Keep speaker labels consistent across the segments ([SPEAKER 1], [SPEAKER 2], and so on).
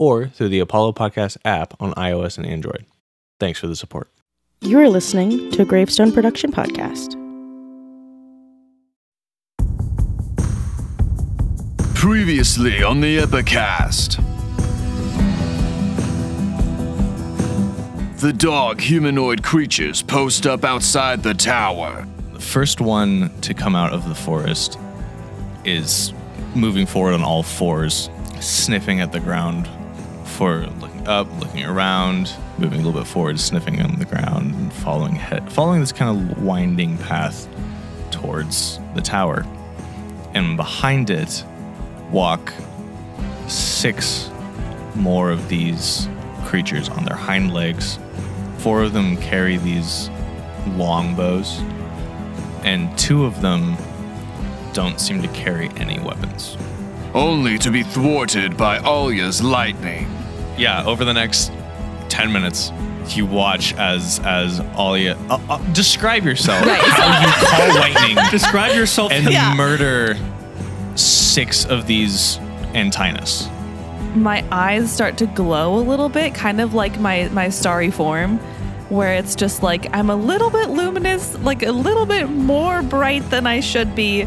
[SPEAKER 1] or through the Apollo Podcast app on iOS and Android. Thanks for the support.
[SPEAKER 2] You're listening to a Gravestone Production Podcast.
[SPEAKER 3] Previously on the Epicast. The dog humanoid creatures post up outside the tower.
[SPEAKER 1] The first one to come out of the forest is moving forward on all fours, sniffing at the ground for looking up, looking around, moving a little bit forward, sniffing on the ground, and following head, following this kind of winding path towards the tower. And behind it walk six more of these creatures on their hind legs. Four of them carry these long bows, and two of them don't seem to carry any weapons.
[SPEAKER 3] Only to be thwarted by Alya's lightning.
[SPEAKER 1] Yeah, over the next 10 minutes, you watch as as Alia. Uh, uh, describe yourself. How you call lightning
[SPEAKER 4] Describe yourself.
[SPEAKER 1] and murder six of these Antinus.
[SPEAKER 5] my eyes start to glow a little bit, kind of like my my starry form, where it's just like I'm a little bit luminous, like a little bit more bright than I should be,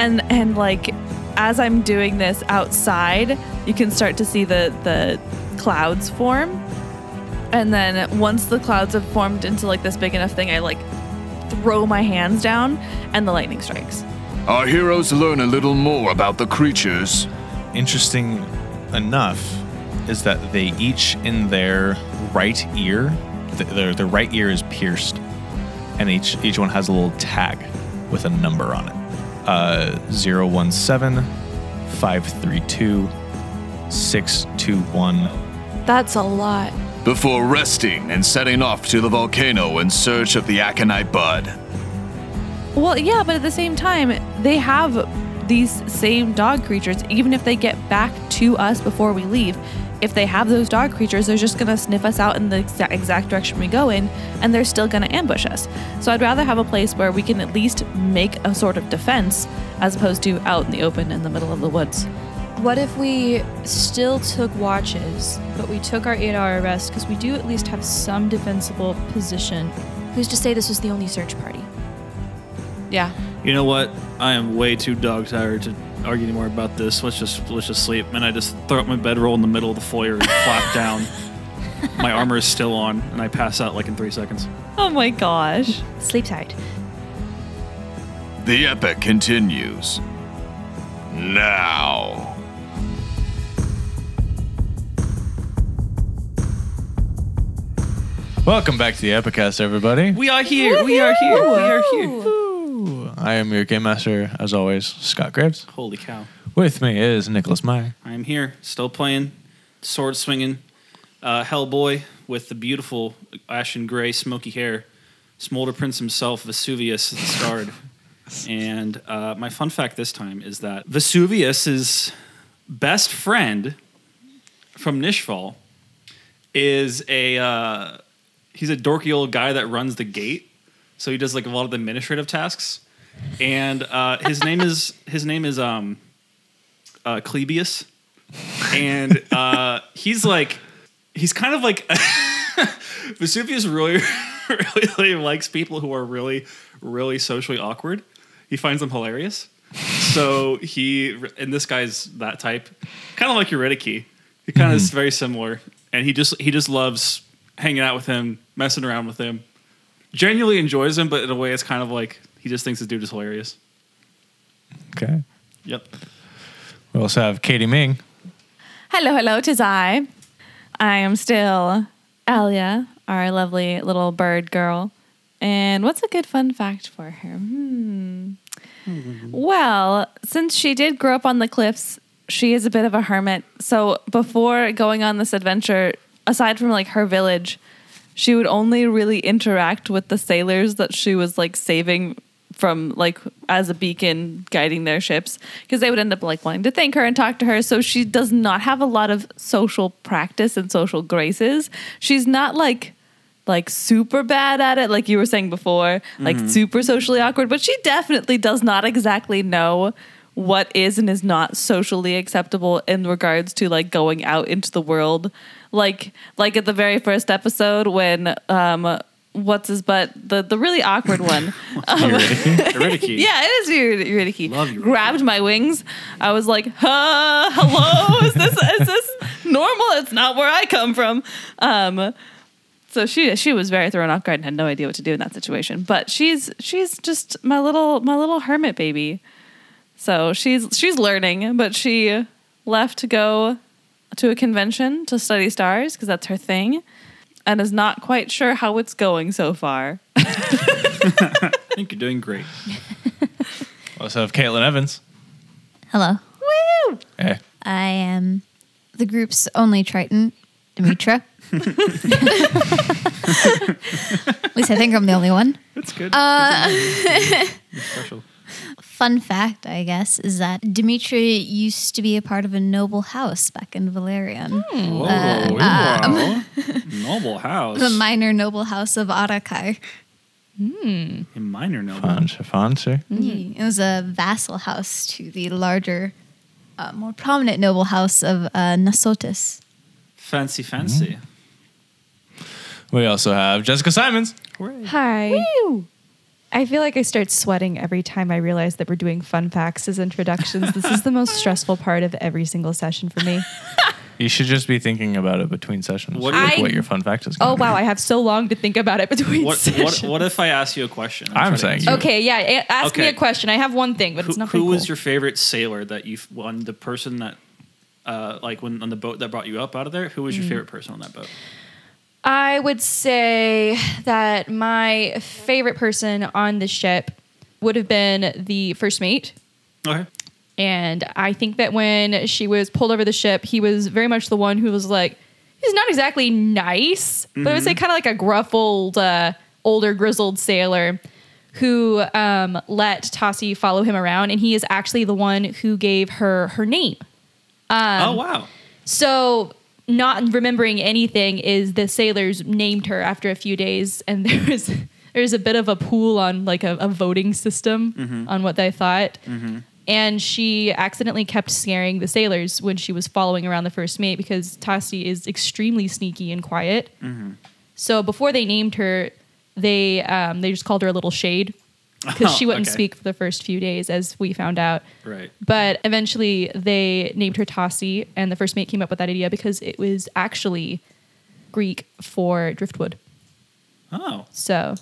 [SPEAKER 5] and and like as I'm doing this outside, you can start to see the the clouds form, and then once the clouds have formed into like this big enough thing, I like throw my hands down and the lightning strikes.
[SPEAKER 3] Our heroes learn a little more about the creatures.
[SPEAKER 1] Interesting enough is that they each in their right ear, th- their, their right ear is pierced, and each each one has a little tag with a number on it. Uh, 017 532 621
[SPEAKER 6] That's a lot.
[SPEAKER 3] Before resting and setting off to the volcano in search of the Aconite Bud.
[SPEAKER 5] Well, yeah, but at the same time, they have these same dog creatures. Even if they get back to us before we leave, if they have those dog creatures, they're just gonna sniff us out in the exa- exact direction we go in, and they're still gonna ambush us. So I'd rather have a place where we can at least make a sort of defense as opposed to out in the open in the middle of the woods.
[SPEAKER 6] What if we still took watches, but we took our eight hour rest because we do at least have some defensible position? Who's to say this was the only search party?
[SPEAKER 5] Yeah.
[SPEAKER 4] You know what? I am way too dog tired to argue anymore about this. Let's just let's just sleep. And I just throw up my bedroll in the middle of the foyer and flop down. My armor is still on, and I pass out like in three seconds.
[SPEAKER 5] Oh my gosh.
[SPEAKER 6] Sleep tight.
[SPEAKER 3] The epic continues. Now.
[SPEAKER 1] Welcome back to the Epicast, everybody.
[SPEAKER 4] We are here. We are here. We are here.
[SPEAKER 1] Woo! I am your game master, as always, Scott Graves.
[SPEAKER 4] Holy cow!
[SPEAKER 1] With me is Nicholas Meyer.
[SPEAKER 4] I'm here, still playing, sword swinging, uh, Hellboy with the beautiful ashen gray, smoky hair, Smolder Prince himself, Vesuvius the scarred. and uh, my fun fact this time is that Vesuvius's best friend from Nishval is a uh, he's a dorky old guy that runs the gate, so he does like a lot of the administrative tasks. And uh, his name is his name is um, uh, Clebius, and uh, he's like, he's kind of like Vesuvius. Really, really likes people who are really, really socially awkward. He finds them hilarious. So he and this guy's that type, kind of like Eurydice. He kind of is very similar, and he just he just loves hanging out with him, messing around with him. Genuinely enjoys him, but in a way, it's kind of like he just thinks this dude is hilarious.
[SPEAKER 1] Okay.
[SPEAKER 4] Yep.
[SPEAKER 1] We also have Katie Ming.
[SPEAKER 5] Hello, hello, tis I. I am still Alia, our lovely little bird girl. And what's a good fun fact for her? Hmm. Well, since she did grow up on the cliffs she is a bit of a hermit. So before going on this adventure, aside from like her village, she would only really interact with the sailors that she was like saving from like as a beacon guiding their ships because they would end up like wanting to thank her and talk to her so she does not have a lot of social practice and social graces she's not like like super bad at it like you were saying before like super socially awkward but she definitely does not exactly know what is and is not socially acceptable in regards to like going out into the world like like at the very first episode when um what's his butt the the really awkward one
[SPEAKER 4] Eurydice.
[SPEAKER 5] yeah, it is Eury- Eurydice.
[SPEAKER 4] Love Eurydice.
[SPEAKER 5] Grabbed my wings. I was like, huh, hello? Is this is this normal? It's not where I come from. Um, so she she was very thrown off guard and had no idea what to do in that situation. But she's she's just my little my little hermit baby. So she's she's learning, but she left to go to a convention to study stars because that's her thing, and is not quite sure how it's going so far.
[SPEAKER 4] I think you're doing great.
[SPEAKER 7] I also have Caitlin Evans.
[SPEAKER 8] Hello.
[SPEAKER 5] Woo!
[SPEAKER 1] Eh.
[SPEAKER 7] Hey.
[SPEAKER 8] I am the group's only Triton, Demetra. At least I think I'm the only one.
[SPEAKER 4] That's good. Special.
[SPEAKER 8] Fun fact, I guess, is that Demetra used to be a part of a noble house back in Valerian.
[SPEAKER 4] Whoa, noble house.
[SPEAKER 8] The minor noble house of Arakai.
[SPEAKER 4] A minor noble.
[SPEAKER 7] Fancy, fancy.
[SPEAKER 8] It was a vassal house to the larger, uh, more prominent noble house of uh, Nasotis.
[SPEAKER 4] Fancy, fancy.
[SPEAKER 7] We also have Jessica Simons.
[SPEAKER 6] Hi. I feel like I start sweating every time I realize that we're doing fun facts as introductions. this is the most stressful part of every single session for me.
[SPEAKER 7] You should just be thinking about it between sessions.
[SPEAKER 4] What-
[SPEAKER 7] What, like,
[SPEAKER 6] I-
[SPEAKER 7] what your fun fact is. gonna
[SPEAKER 6] Oh
[SPEAKER 7] be.
[SPEAKER 6] wow, I have so long to think about it between
[SPEAKER 4] What,
[SPEAKER 6] sessions.
[SPEAKER 4] what, what if I ask you a question?
[SPEAKER 7] I'm
[SPEAKER 4] trying to
[SPEAKER 7] saying
[SPEAKER 4] answer
[SPEAKER 7] you-
[SPEAKER 6] Okay, yeah. a- Ask me
[SPEAKER 4] Okay.
[SPEAKER 6] a question. I have one thing, but
[SPEAKER 4] who,
[SPEAKER 6] it's not.
[SPEAKER 4] who was your favorite sailor that you have won the person that uh, like when on the boat that brought you up out of there who was your favorite person on that boat
[SPEAKER 6] I would say that my favorite person on the ship would have been the first mate.
[SPEAKER 4] okay
[SPEAKER 6] And I think that when she was pulled over the ship, he was very much the one who was like, he's not exactly nice, but I would say kind of like a gruff old, uh, older, grizzled sailor who um, let Tasi follow him around. And he is actually the one who gave her her name.
[SPEAKER 4] oh wow
[SPEAKER 6] So not remembering anything is the sailors named her after a few days, and there was there was a bit of a pool on like a, a voting system on what they thought. And she accidentally kept scaring the sailors when she was following around the first mate because Tasi is extremely sneaky and quiet. So before they named her, they um, they just called her a little shade because she wouldn't
[SPEAKER 4] Okay.
[SPEAKER 6] speak for the first few days, as we found out.
[SPEAKER 4] right
[SPEAKER 6] But eventually they named her Tasi, and the first mate came up with that idea because it was actually Greek for driftwood.
[SPEAKER 4] oh
[SPEAKER 6] So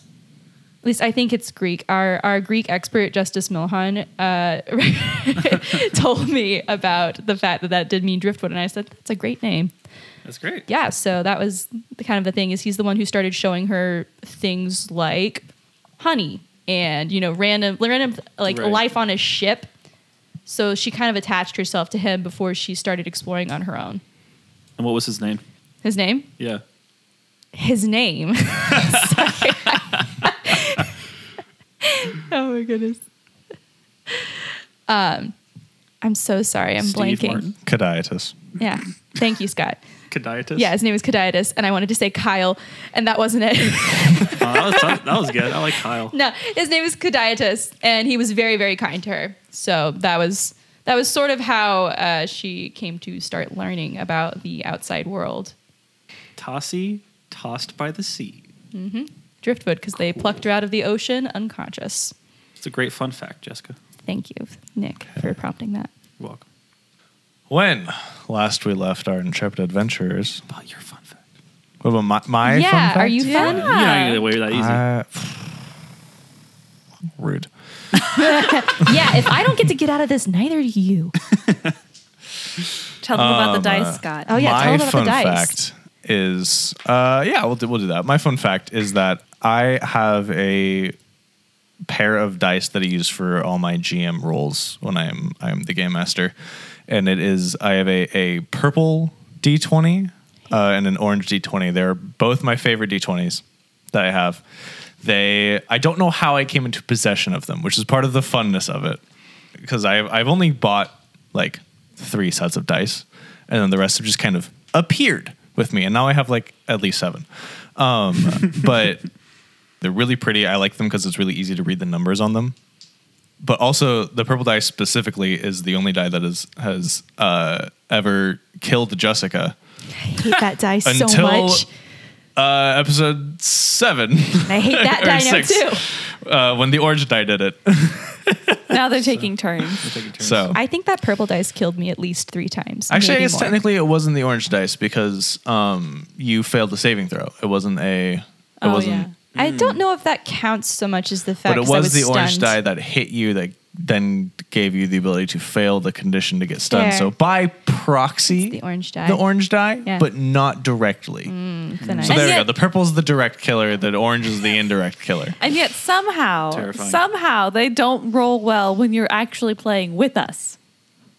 [SPEAKER 6] at least I think it's Greek. Our our Greek expert Justice Milhan uh, told me about the fact that that did mean driftwood, and I said that's a great name.
[SPEAKER 4] that's great
[SPEAKER 6] Yeah, so that was the kind of the thing is he's the one who started showing her things like honey and you know random random like
[SPEAKER 4] Right.
[SPEAKER 6] life on a ship. So she kind of attached herself to him before she started exploring on her own.
[SPEAKER 4] and what was his name
[SPEAKER 6] His name?
[SPEAKER 4] yeah
[SPEAKER 6] His name. Sorry. oh my goodness. Um, I'm so sorry. I'm
[SPEAKER 4] Steve
[SPEAKER 6] blanking.
[SPEAKER 4] Martin?
[SPEAKER 7] Cadiatus.
[SPEAKER 6] Yeah. Thank you, Scott.
[SPEAKER 4] Cadiatus?
[SPEAKER 6] Yeah, his name was Cadiatus, and I wanted to say Kyle, and that wasn't it.
[SPEAKER 4] Oh, that, was, that, that was good i like kyle
[SPEAKER 6] no, his name is Cadiatus, and he was very, very kind to her. So that was that was sort of how uh, she came to start learning about the outside world,
[SPEAKER 4] Tossie tossed by the sea
[SPEAKER 6] driftwood, because they plucked her out of the ocean unconscious.
[SPEAKER 4] it's a great fun fact jessica
[SPEAKER 6] Thank you, Nick, for prompting that.
[SPEAKER 4] you're welcome
[SPEAKER 7] When last we left our intrepid adventurers,
[SPEAKER 4] about your fun fact
[SPEAKER 7] what about my, my fun
[SPEAKER 6] yeah,
[SPEAKER 7] fact?
[SPEAKER 6] are you fun?
[SPEAKER 4] you don't get away with that easy
[SPEAKER 7] Uh, rude.
[SPEAKER 6] yeah, if I don't get to get out of this, neither do you.
[SPEAKER 5] Tell them about the dice, Scott.
[SPEAKER 6] Oh yeah,
[SPEAKER 7] my
[SPEAKER 6] tell them about
[SPEAKER 7] fun
[SPEAKER 6] the dice.
[SPEAKER 7] fact is, uh, yeah, we'll do, we'll do that. My fun fact is that I have a pair of dice that I use for all my GM roles when I'm I'm the game master, and it is I have a, a purple D20 uh, and an orange D20. They're both my favorite D20s that I have. They I don't know how I came into possession of them, which is part of the funness of it, because I've I've only bought like three sets of dice, and then the rest have just kind of appeared with me, and now I have like at least seven. Um, but they're really pretty. I like them because it's really easy to read the numbers on them but also the purple die specifically is the only die that is, has uh, ever killed Jessica
[SPEAKER 6] I hate that die so
[SPEAKER 7] until
[SPEAKER 6] much.
[SPEAKER 7] uh, episode seven
[SPEAKER 6] I hate that
[SPEAKER 7] or
[SPEAKER 6] die now
[SPEAKER 7] six,
[SPEAKER 6] too.
[SPEAKER 7] uh, when the orange die did it.
[SPEAKER 5] Now they're taking turns.
[SPEAKER 7] so
[SPEAKER 6] I think that purple dice killed me at least three times.
[SPEAKER 7] actually, I
[SPEAKER 6] maybe
[SPEAKER 7] guess
[SPEAKER 6] more.
[SPEAKER 7] technically it wasn't the orange dice because um, you failed the saving throw. It wasn't a. It
[SPEAKER 6] Oh,
[SPEAKER 7] wasn't. Hmm.
[SPEAKER 6] yeah. I don't know if that counts so much as the fact.
[SPEAKER 7] But it
[SPEAKER 6] 'cause I
[SPEAKER 7] was the orange
[SPEAKER 6] stunned.
[SPEAKER 7] die that hit you that then gave you the ability to fail the condition to get stunned.
[SPEAKER 6] Fair.
[SPEAKER 7] So by proxy,
[SPEAKER 6] The orange die.
[SPEAKER 7] the orange die,
[SPEAKER 6] Yeah. Mm.
[SPEAKER 7] but not directly.
[SPEAKER 6] Then I-
[SPEAKER 7] So
[SPEAKER 5] And
[SPEAKER 7] there we go.
[SPEAKER 5] yet-
[SPEAKER 7] The purple's the direct killer. The orange is the indirect killer.
[SPEAKER 5] And yet somehow,
[SPEAKER 4] Terrifying.
[SPEAKER 5] somehow they don't roll well when you're actually playing with us.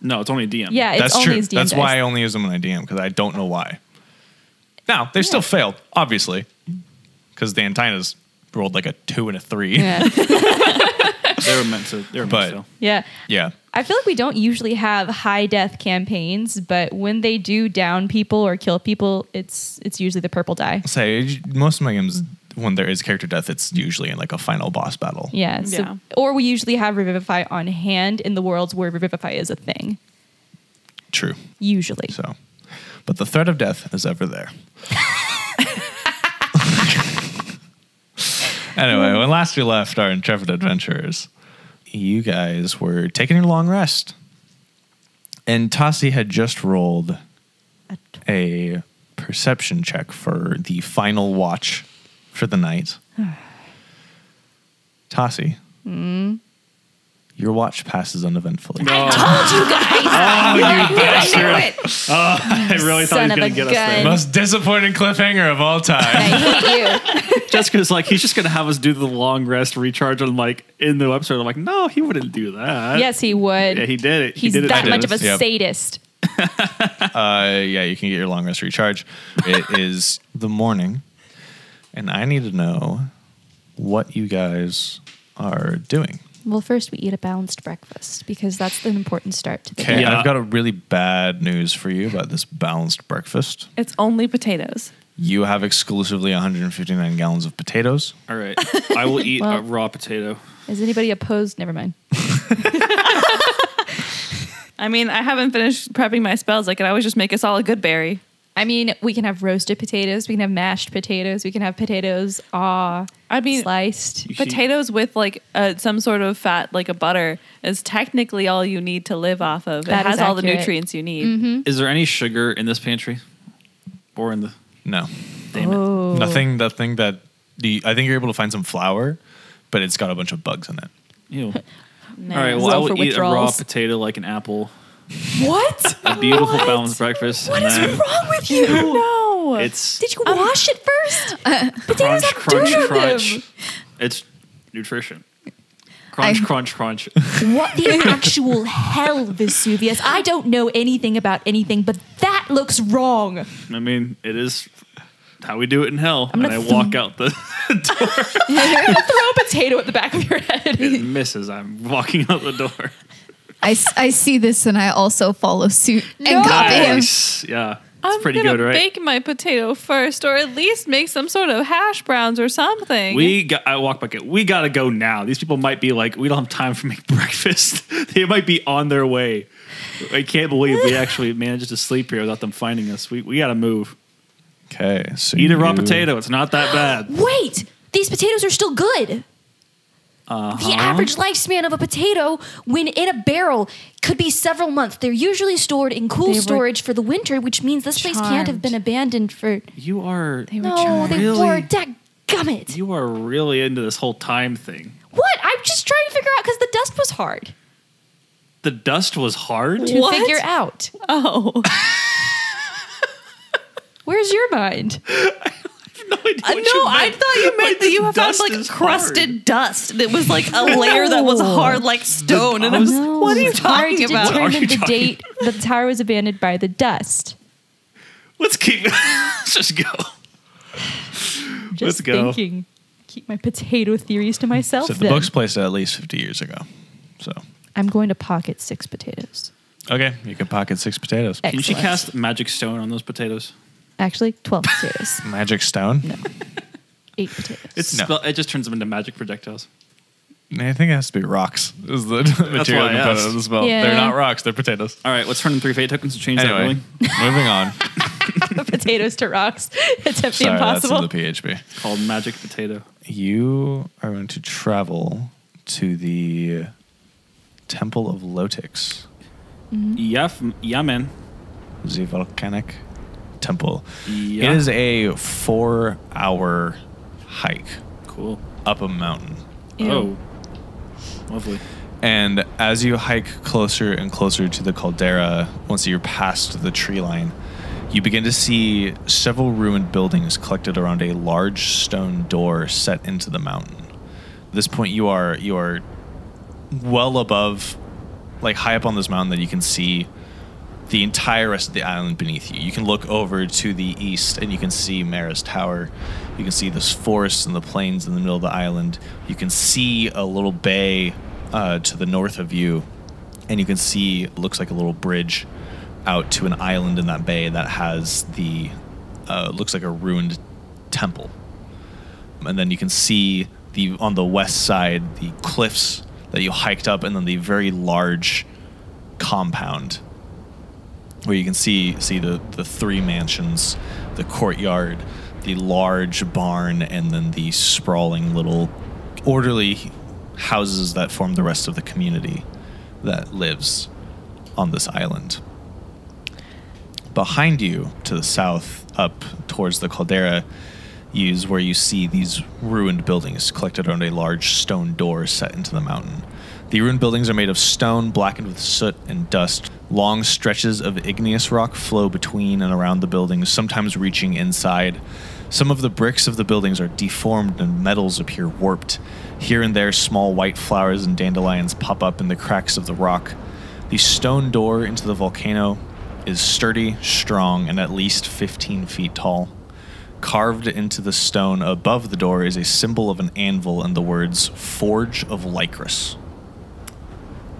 [SPEAKER 4] No, it's only a DM.
[SPEAKER 6] yeah, it's
[SPEAKER 7] That's
[SPEAKER 6] only
[SPEAKER 7] true.
[SPEAKER 6] as DM
[SPEAKER 7] That's
[SPEAKER 6] dice.
[SPEAKER 7] why I only use them when I DM because I don't know why. Now they still failed, obviously, because the Antina's rolled like a two and a three.
[SPEAKER 6] Yeah.
[SPEAKER 4] they were meant to. They were meant
[SPEAKER 7] But-
[SPEAKER 4] to. fail.
[SPEAKER 6] yeah.
[SPEAKER 7] yeah.
[SPEAKER 6] I feel like we don't usually have high death campaigns, but when they do down people or kill people, it's it's usually the purple die.
[SPEAKER 7] Say most of my games when there is character death, it's usually in like a final boss battle.
[SPEAKER 6] Yeah. So,
[SPEAKER 5] Yeah.
[SPEAKER 6] Or we usually have Revivify on hand in the worlds where Revivify is a thing.
[SPEAKER 7] True.
[SPEAKER 6] Usually.
[SPEAKER 7] So, but the threat of death is ever there. anyway, when last we left our intrepid adventurers, you guys were taking a long rest. And Tasi had just rolled a perception check for the final watch for the night. Tasi, your watch passes uneventfully. Oh,
[SPEAKER 4] I really
[SPEAKER 6] Son
[SPEAKER 4] thought he was going
[SPEAKER 6] of
[SPEAKER 4] to
[SPEAKER 6] a
[SPEAKER 4] get us there.
[SPEAKER 6] gun.
[SPEAKER 7] Most disappointing cliffhanger of all time.
[SPEAKER 4] Jessica's like, he's just going to have us do the long rest recharge on like in the episode. I'm like, no, he wouldn't do that.
[SPEAKER 6] Yes, he would.
[SPEAKER 4] Yeah, he did it.
[SPEAKER 6] He's
[SPEAKER 4] he did it.
[SPEAKER 6] that
[SPEAKER 4] to
[SPEAKER 6] much of
[SPEAKER 4] us.
[SPEAKER 6] a
[SPEAKER 7] Yep.
[SPEAKER 6] sadist.
[SPEAKER 7] Uh, yeah, you can get your long rest recharge. It is the morning, and I need to know what you guys are doing.
[SPEAKER 6] Well, first we eat a balanced breakfast because that's an important start to the
[SPEAKER 7] Okay,
[SPEAKER 4] Yeah.
[SPEAKER 7] I've got a really bad news for you about this balanced breakfast.
[SPEAKER 5] It's only potatoes.
[SPEAKER 7] You have exclusively 159 gallons of potatoes.
[SPEAKER 4] All right. I will eat a
[SPEAKER 6] Well-
[SPEAKER 4] raw potato.
[SPEAKER 6] Is anybody opposed? Never mind.
[SPEAKER 5] I mean, I haven't finished prepping my spells. I could always just make us all a good berry.
[SPEAKER 6] I mean, we can have roasted potatoes. We can have mashed potatoes. We can have potatoes ah
[SPEAKER 5] I mean,
[SPEAKER 6] sliced.
[SPEAKER 4] see-
[SPEAKER 5] potatoes with like uh, some sort of fat, like a butter, is technically all you need to live off of.
[SPEAKER 6] That
[SPEAKER 5] it has
[SPEAKER 6] is
[SPEAKER 5] all the
[SPEAKER 6] accurate.
[SPEAKER 5] nutrients you need.
[SPEAKER 4] Is there any sugar in this pantry? Or in the.
[SPEAKER 7] No,
[SPEAKER 4] Damn it.
[SPEAKER 6] Oh.
[SPEAKER 7] nothing. Nothing that the I think you're able to find some flour, but it's got a bunch of bugs in it.
[SPEAKER 4] Ew. All right. Well, I
[SPEAKER 6] Low
[SPEAKER 4] will
[SPEAKER 6] for
[SPEAKER 4] eat a raw
[SPEAKER 6] withdrawals.
[SPEAKER 4] potato like an apple.
[SPEAKER 6] What?
[SPEAKER 4] A beautiful balanced breakfast. and then
[SPEAKER 6] wrong with you?
[SPEAKER 5] No,
[SPEAKER 4] it's
[SPEAKER 6] Did you wash it first?
[SPEAKER 4] crunch,
[SPEAKER 6] have
[SPEAKER 4] crunch,
[SPEAKER 6] dirt in
[SPEAKER 4] crunch.
[SPEAKER 6] them.
[SPEAKER 4] It's nutrition. Crunch,
[SPEAKER 8] I-
[SPEAKER 4] crunch, crunch.
[SPEAKER 6] What the actual hell, Vesuvius? I don't know anything about anything, but that looks wrong.
[SPEAKER 4] I mean, it is how we do it in hell.
[SPEAKER 6] I'm
[SPEAKER 4] And
[SPEAKER 6] gonna
[SPEAKER 4] I
[SPEAKER 6] thump.
[SPEAKER 4] walk out the
[SPEAKER 6] Throw a potato at the back of your head.
[SPEAKER 4] it misses. I'm walking out the door.
[SPEAKER 8] I, s- I see this and I also follow suit and copy him.
[SPEAKER 4] Nice. Yeah. It's
[SPEAKER 5] I'm
[SPEAKER 4] pretty
[SPEAKER 5] gonna
[SPEAKER 4] good, right?
[SPEAKER 5] Bake my potato first, or at least make some sort of hash browns or something.
[SPEAKER 4] We got, I walk back in. We got to go now. These people might be like, we don't have time for make breakfast. they might be on their way. I can't believe we actually managed to sleep here without them finding us. We, we got to move.
[SPEAKER 7] Okay, so
[SPEAKER 4] Eat a raw
[SPEAKER 7] you-
[SPEAKER 4] potato. It's not that bad.
[SPEAKER 6] Wait, these potatoes are still good.
[SPEAKER 4] Uh-huh.
[SPEAKER 2] The average lifespan of a potato, when in a barrel, could be several months. They're usually stored in cool
[SPEAKER 5] were
[SPEAKER 2] storage for the winter, which means this place can't have been abandoned for.
[SPEAKER 4] You are
[SPEAKER 2] No, they
[SPEAKER 4] Really?
[SPEAKER 2] were. Dadgummit!
[SPEAKER 4] you are really into this whole time thing.
[SPEAKER 2] What? I'm just trying to figure out because the dust was hard.
[SPEAKER 4] The dust was hard.
[SPEAKER 6] To
[SPEAKER 5] What?
[SPEAKER 6] figure out.
[SPEAKER 5] oh,
[SPEAKER 6] Where's your mind?
[SPEAKER 4] no idea
[SPEAKER 5] Uh, no,
[SPEAKER 4] what you
[SPEAKER 5] I
[SPEAKER 4] meant.
[SPEAKER 5] thought you meant that you
[SPEAKER 4] Like,
[SPEAKER 5] had found
[SPEAKER 4] dust
[SPEAKER 5] like
[SPEAKER 4] is
[SPEAKER 5] crusted
[SPEAKER 4] hard.
[SPEAKER 5] dust that was like a layer that was hard like stone, and I was like, what are you
[SPEAKER 6] It's hard
[SPEAKER 5] talking
[SPEAKER 6] to
[SPEAKER 5] about?
[SPEAKER 6] determine
[SPEAKER 4] What are you
[SPEAKER 6] the
[SPEAKER 4] talking
[SPEAKER 6] date that the tower was abandoned by the dust.
[SPEAKER 4] Let's keep. Let's just go.
[SPEAKER 6] I'm Just
[SPEAKER 4] Let's go.
[SPEAKER 6] thinking. Keep my potato theories to myself.
[SPEAKER 7] So the
[SPEAKER 6] then.
[SPEAKER 7] book's placed at least 50 years ago. So,
[SPEAKER 6] I'm going to pocket six potatoes.
[SPEAKER 7] okay, you can pocket six potatoes.
[SPEAKER 6] Excellent.
[SPEAKER 4] Can she cast magic stone on those potatoes?
[SPEAKER 6] Actually, twelve potatoes.
[SPEAKER 7] Magic stone?
[SPEAKER 6] No, eight potatoes.
[SPEAKER 4] It's
[SPEAKER 7] No.
[SPEAKER 4] spell- it just turns them into magic projectiles.
[SPEAKER 7] I think it has to be rocks. Is the material
[SPEAKER 4] why I
[SPEAKER 7] component
[SPEAKER 4] asked.
[SPEAKER 7] of the spell?
[SPEAKER 6] Yeah.
[SPEAKER 7] They're not rocks. They're potatoes.
[SPEAKER 4] All right, let's turn in three fate tokens to change that
[SPEAKER 7] Anyway,
[SPEAKER 4] ruling.
[SPEAKER 7] moving on.
[SPEAKER 6] potatoes to rocks. It's the
[SPEAKER 7] Sorry,
[SPEAKER 6] impossible.
[SPEAKER 7] that's in the PHP.
[SPEAKER 4] Called magic potato.
[SPEAKER 7] You are going to travel to the Temple of Lotix,
[SPEAKER 4] Yaf, yeah, man.
[SPEAKER 7] the volcanic temple.
[SPEAKER 4] Yeah.
[SPEAKER 7] It is a four-hour hike
[SPEAKER 4] Cool.
[SPEAKER 7] up a mountain.
[SPEAKER 4] Oh, lovely.
[SPEAKER 7] And as you hike closer and closer to the caldera, once you're past the tree line, you begin to see several ruined buildings collected around a large stone door set into the mountain. At this point, you are you are well above, like high up on this mountain that you can see the entire rest of the island beneath you. You can look over to the east and you can see Mara's Tower. You can see this forest and the plains in the middle of the island. You can see a little bay uh, to the north of you, and you can see it looks like a little bridge out to an island in that bay that has the uh, looks like a ruined temple. And then you can see the on the west side the cliffs that you hiked up, and then the very large compound where you can see see the, the three mansions, the courtyard, the large barn, and then the sprawling little orderly houses that form the rest of the community that lives on this island. Behind you, to the south, up towards the caldera, is where you see these ruined buildings collected around a large stone door set into the mountain. The ruined buildings are made of stone blackened with soot and dust. Long stretches of igneous rock flow between and around the buildings, sometimes reaching inside. Some of the bricks of the buildings are deformed and metals appear warped. Here and there, small white flowers and dandelions pop up in the cracks of the rock. The stone door into the volcano is sturdy, strong, and at least 15 feet tall. Carved into the stone above the door is a symbol of an anvil and the words Forge of Lycris.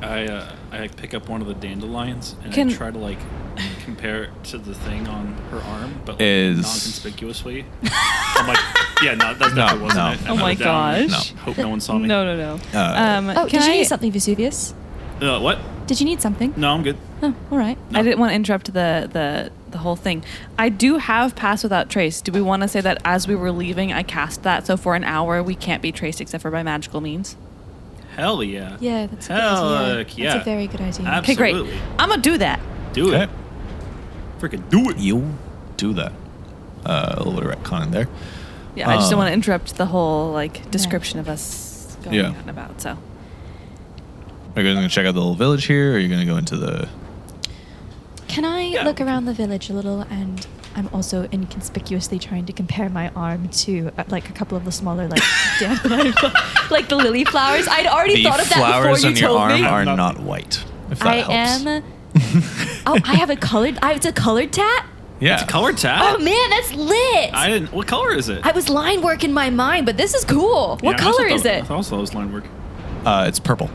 [SPEAKER 4] I uh, I pick up one of the dandelions and
[SPEAKER 5] Can-
[SPEAKER 4] I try to like compare it to the thing on her arm, but like,
[SPEAKER 7] Is-
[SPEAKER 4] non-conspicuously. I'm like, yeah, no, that's
[SPEAKER 7] No,
[SPEAKER 4] definitely wasn't
[SPEAKER 7] no.
[SPEAKER 4] it. And
[SPEAKER 5] Oh
[SPEAKER 4] I
[SPEAKER 5] my
[SPEAKER 4] wrote down,
[SPEAKER 5] gosh.
[SPEAKER 4] Hope no one saw
[SPEAKER 5] No,
[SPEAKER 4] me.
[SPEAKER 5] no, no.
[SPEAKER 7] Uh,
[SPEAKER 5] Um,
[SPEAKER 2] Oh,
[SPEAKER 5] can
[SPEAKER 2] did you
[SPEAKER 5] I?
[SPEAKER 2] need something, Vesuvius?
[SPEAKER 4] Uh, what?
[SPEAKER 2] Did you need something?
[SPEAKER 4] No, I'm good.
[SPEAKER 2] Oh, all right.
[SPEAKER 5] I didn't want to interrupt the the the whole thing. I do have pass without trace. Do we want to say that as we were leaving, I cast that, so for an hour we can't be traced except for by magical means?
[SPEAKER 4] Hell yeah.
[SPEAKER 2] Yeah, that's a good
[SPEAKER 4] Hell
[SPEAKER 2] idea.
[SPEAKER 4] heck yeah.
[SPEAKER 2] That's a very good idea.
[SPEAKER 5] Okay, great.
[SPEAKER 4] Absolutely.
[SPEAKER 5] I'm gonna do that.
[SPEAKER 4] Do it.
[SPEAKER 7] okay.
[SPEAKER 4] Freaking do it.
[SPEAKER 7] You do that. Uh, a little bit of retcon in there.
[SPEAKER 5] Yeah, I just don't
[SPEAKER 7] Um,
[SPEAKER 5] want to interrupt the whole like description of us going
[SPEAKER 7] Yeah.
[SPEAKER 5] out and about. So
[SPEAKER 7] Are you guys going to check out the little village here? Or are you going to go into the.
[SPEAKER 2] Can I
[SPEAKER 4] Yeah.
[SPEAKER 2] look around the village a little? And I'm also inconspicuously trying to compare my arm to uh, like a couple of the smaller like dandelion, like the lily flowers. I'd already
[SPEAKER 7] The
[SPEAKER 2] thought of that before
[SPEAKER 7] flowers
[SPEAKER 2] you
[SPEAKER 7] on your
[SPEAKER 2] told
[SPEAKER 7] arm
[SPEAKER 2] me.
[SPEAKER 7] are
[SPEAKER 4] Nothing.
[SPEAKER 7] not white. If that
[SPEAKER 2] I
[SPEAKER 7] helps.
[SPEAKER 2] am. Oh, I have a colored. I it's a colored tat.
[SPEAKER 7] Yeah.
[SPEAKER 4] It's a color tab.
[SPEAKER 2] Oh man, that's lit.
[SPEAKER 4] I
[SPEAKER 2] I,
[SPEAKER 4] didn't. What color is it?
[SPEAKER 2] was line work in my mind, but this is cool. What
[SPEAKER 4] Yeah, I also
[SPEAKER 2] color is
[SPEAKER 4] thought-
[SPEAKER 2] it?
[SPEAKER 4] I also was line work.
[SPEAKER 7] Uh, it's purple.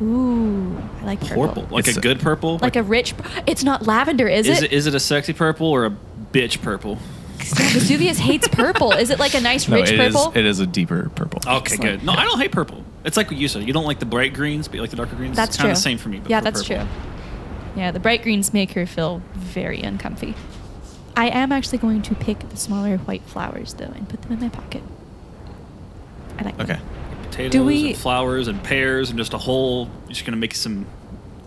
[SPEAKER 2] Ooh, I like purple.
[SPEAKER 4] Purple, like
[SPEAKER 7] It's
[SPEAKER 4] a
[SPEAKER 7] a-
[SPEAKER 4] good purple.
[SPEAKER 2] Like a rich. It's not lavender, is,
[SPEAKER 4] is
[SPEAKER 2] it?
[SPEAKER 4] it is it a sexy purple or a bitch purple?
[SPEAKER 2] Vesuvius hates purple. Is it like a nice
[SPEAKER 7] No,
[SPEAKER 2] rich
[SPEAKER 7] it is-
[SPEAKER 2] purple?
[SPEAKER 7] it is a deeper purple.
[SPEAKER 4] Okay,
[SPEAKER 2] Excellent.
[SPEAKER 4] good. No, I don't hate purple. It's like what you said. You don't like the bright greens, but you like the darker greens.
[SPEAKER 2] That's
[SPEAKER 4] it's kind
[SPEAKER 2] true.
[SPEAKER 4] of the same for me. But
[SPEAKER 2] yeah,
[SPEAKER 4] for
[SPEAKER 2] that's
[SPEAKER 4] purple.
[SPEAKER 2] true.
[SPEAKER 6] Yeah, the bright greens make her feel very uncomfy.
[SPEAKER 2] I am actually going to pick the smaller white flowers though and put them in my pocket. I like them.
[SPEAKER 7] Okay.
[SPEAKER 4] Potatoes
[SPEAKER 5] Do we-
[SPEAKER 4] and flowers and pears and just a whole. You're just gonna make some.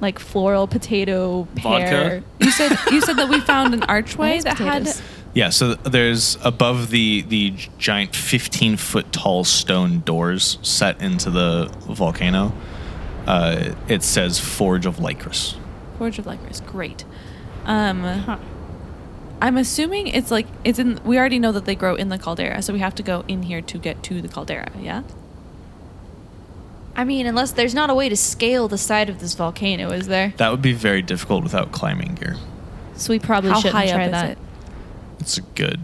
[SPEAKER 6] Like floral potato
[SPEAKER 4] Vodka?
[SPEAKER 6] pear.
[SPEAKER 5] you said you said that we found an archway
[SPEAKER 2] Nice
[SPEAKER 5] that had
[SPEAKER 2] potatoes.
[SPEAKER 7] Yeah, so th- there's above the the giant 15 foot tall stone doors set into the volcano. Uh, it says Forge of Lycris.
[SPEAKER 5] Forge of Lycris. Great. Um, I'm assuming it's like it's in. We already know that they grow in the caldera, so we have to go in here to get to the caldera. Yeah.
[SPEAKER 6] I mean, unless there's not a way to scale the side of this volcano, is there?
[SPEAKER 7] That would be very difficult without climbing gear.
[SPEAKER 6] So we probably
[SPEAKER 5] How
[SPEAKER 6] shouldn't
[SPEAKER 5] high
[SPEAKER 6] try
[SPEAKER 5] up is
[SPEAKER 6] that.
[SPEAKER 5] it?
[SPEAKER 7] It's a good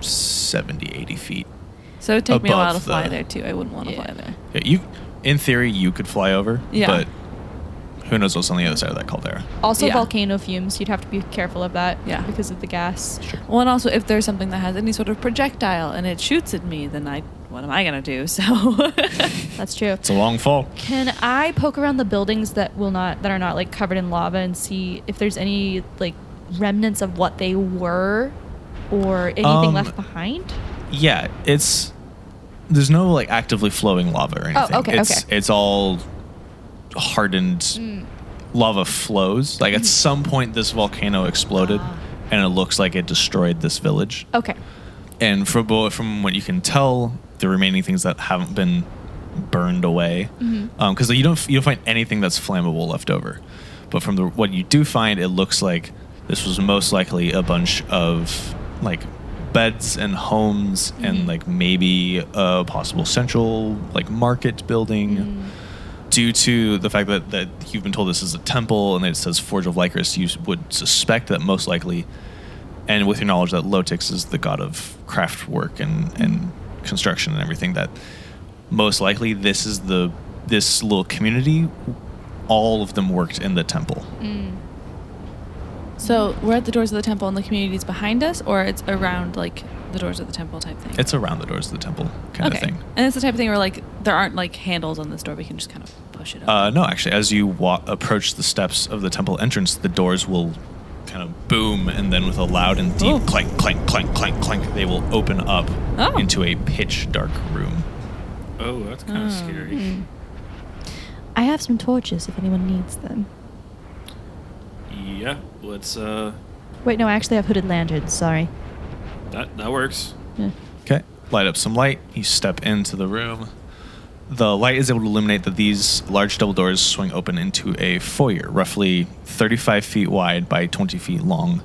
[SPEAKER 7] 70, 80 feet.
[SPEAKER 5] So it'd take me a while to
[SPEAKER 7] Above
[SPEAKER 5] fly
[SPEAKER 7] the-
[SPEAKER 5] there too. I wouldn't want to
[SPEAKER 6] Yeah.
[SPEAKER 5] fly there.
[SPEAKER 7] Yeah, you, in theory, you could fly over,
[SPEAKER 5] Yeah.
[SPEAKER 7] but who knows what's on the other side of that caldera?
[SPEAKER 6] Also,
[SPEAKER 5] Yeah.
[SPEAKER 6] volcano fumes. You'd have to be careful of that.
[SPEAKER 5] Yeah.
[SPEAKER 6] Because of the gas.
[SPEAKER 5] Well, and also if there's something that has any sort of projectile and it shoots at me, then I what am I gonna do? So
[SPEAKER 6] That's true.
[SPEAKER 7] It's a long fall.
[SPEAKER 6] Can I poke around the buildings that will not that are not like covered in lava and see if there's any like remnants of what they were or anything
[SPEAKER 7] Um,
[SPEAKER 6] left behind?
[SPEAKER 7] Yeah, it's there's no like actively flowing lava or anything.
[SPEAKER 6] Oh, okay,
[SPEAKER 7] it's,
[SPEAKER 6] okay. Hmm.
[SPEAKER 7] It's all hardened lava flows. Like at some point, this volcano exploded,
[SPEAKER 6] Ah.
[SPEAKER 7] and it looks like it destroyed this village.
[SPEAKER 6] Okay.
[SPEAKER 7] And from bo- from what you can tell, the remaining things that haven't been burned away, because you don't you don't find anything that's flammable left over. But from the what you do find, it looks like this was most likely a bunch of like beds and homes and like maybe a possible central like market building. Due to the fact that, that you've been told this is a temple and that it says Forge of Lycris, you would suspect that most likely and with your knowledge that Lotix is the god of craft work and, and construction and everything, that most likely this is the this little community. All of them worked in the temple.
[SPEAKER 5] Mm. So we're at the doors of the temple, and the community's behind us, or it's around like the doors of the temple type thing.
[SPEAKER 7] It's around the doors of the temple kind
[SPEAKER 5] okay,
[SPEAKER 7] of thing.
[SPEAKER 5] and it's the type of thing where like there aren't like handles on this door. We can just kind of push it. Up.
[SPEAKER 7] Uh, no, actually, as you wa- approach the steps of the temple entrance, the doors will kind of boom, and then with a loud and deep
[SPEAKER 5] Oh.
[SPEAKER 7] clank, clank, clank, clank, clank, they will open up
[SPEAKER 5] Oh.
[SPEAKER 7] into a pitch dark room.
[SPEAKER 4] Oh, that's kind
[SPEAKER 2] Hmm.
[SPEAKER 4] of scary.
[SPEAKER 2] I have some torches if anyone needs them.
[SPEAKER 4] Yeah, let's. Uh,
[SPEAKER 2] Wait, no, I actually have hooded lanterns. Sorry.
[SPEAKER 4] that that works.
[SPEAKER 7] Okay. Light up some light. You step into the room. The light is able to illuminate that these large double doors swing open into a foyer, roughly 35 feet wide by 20 feet long.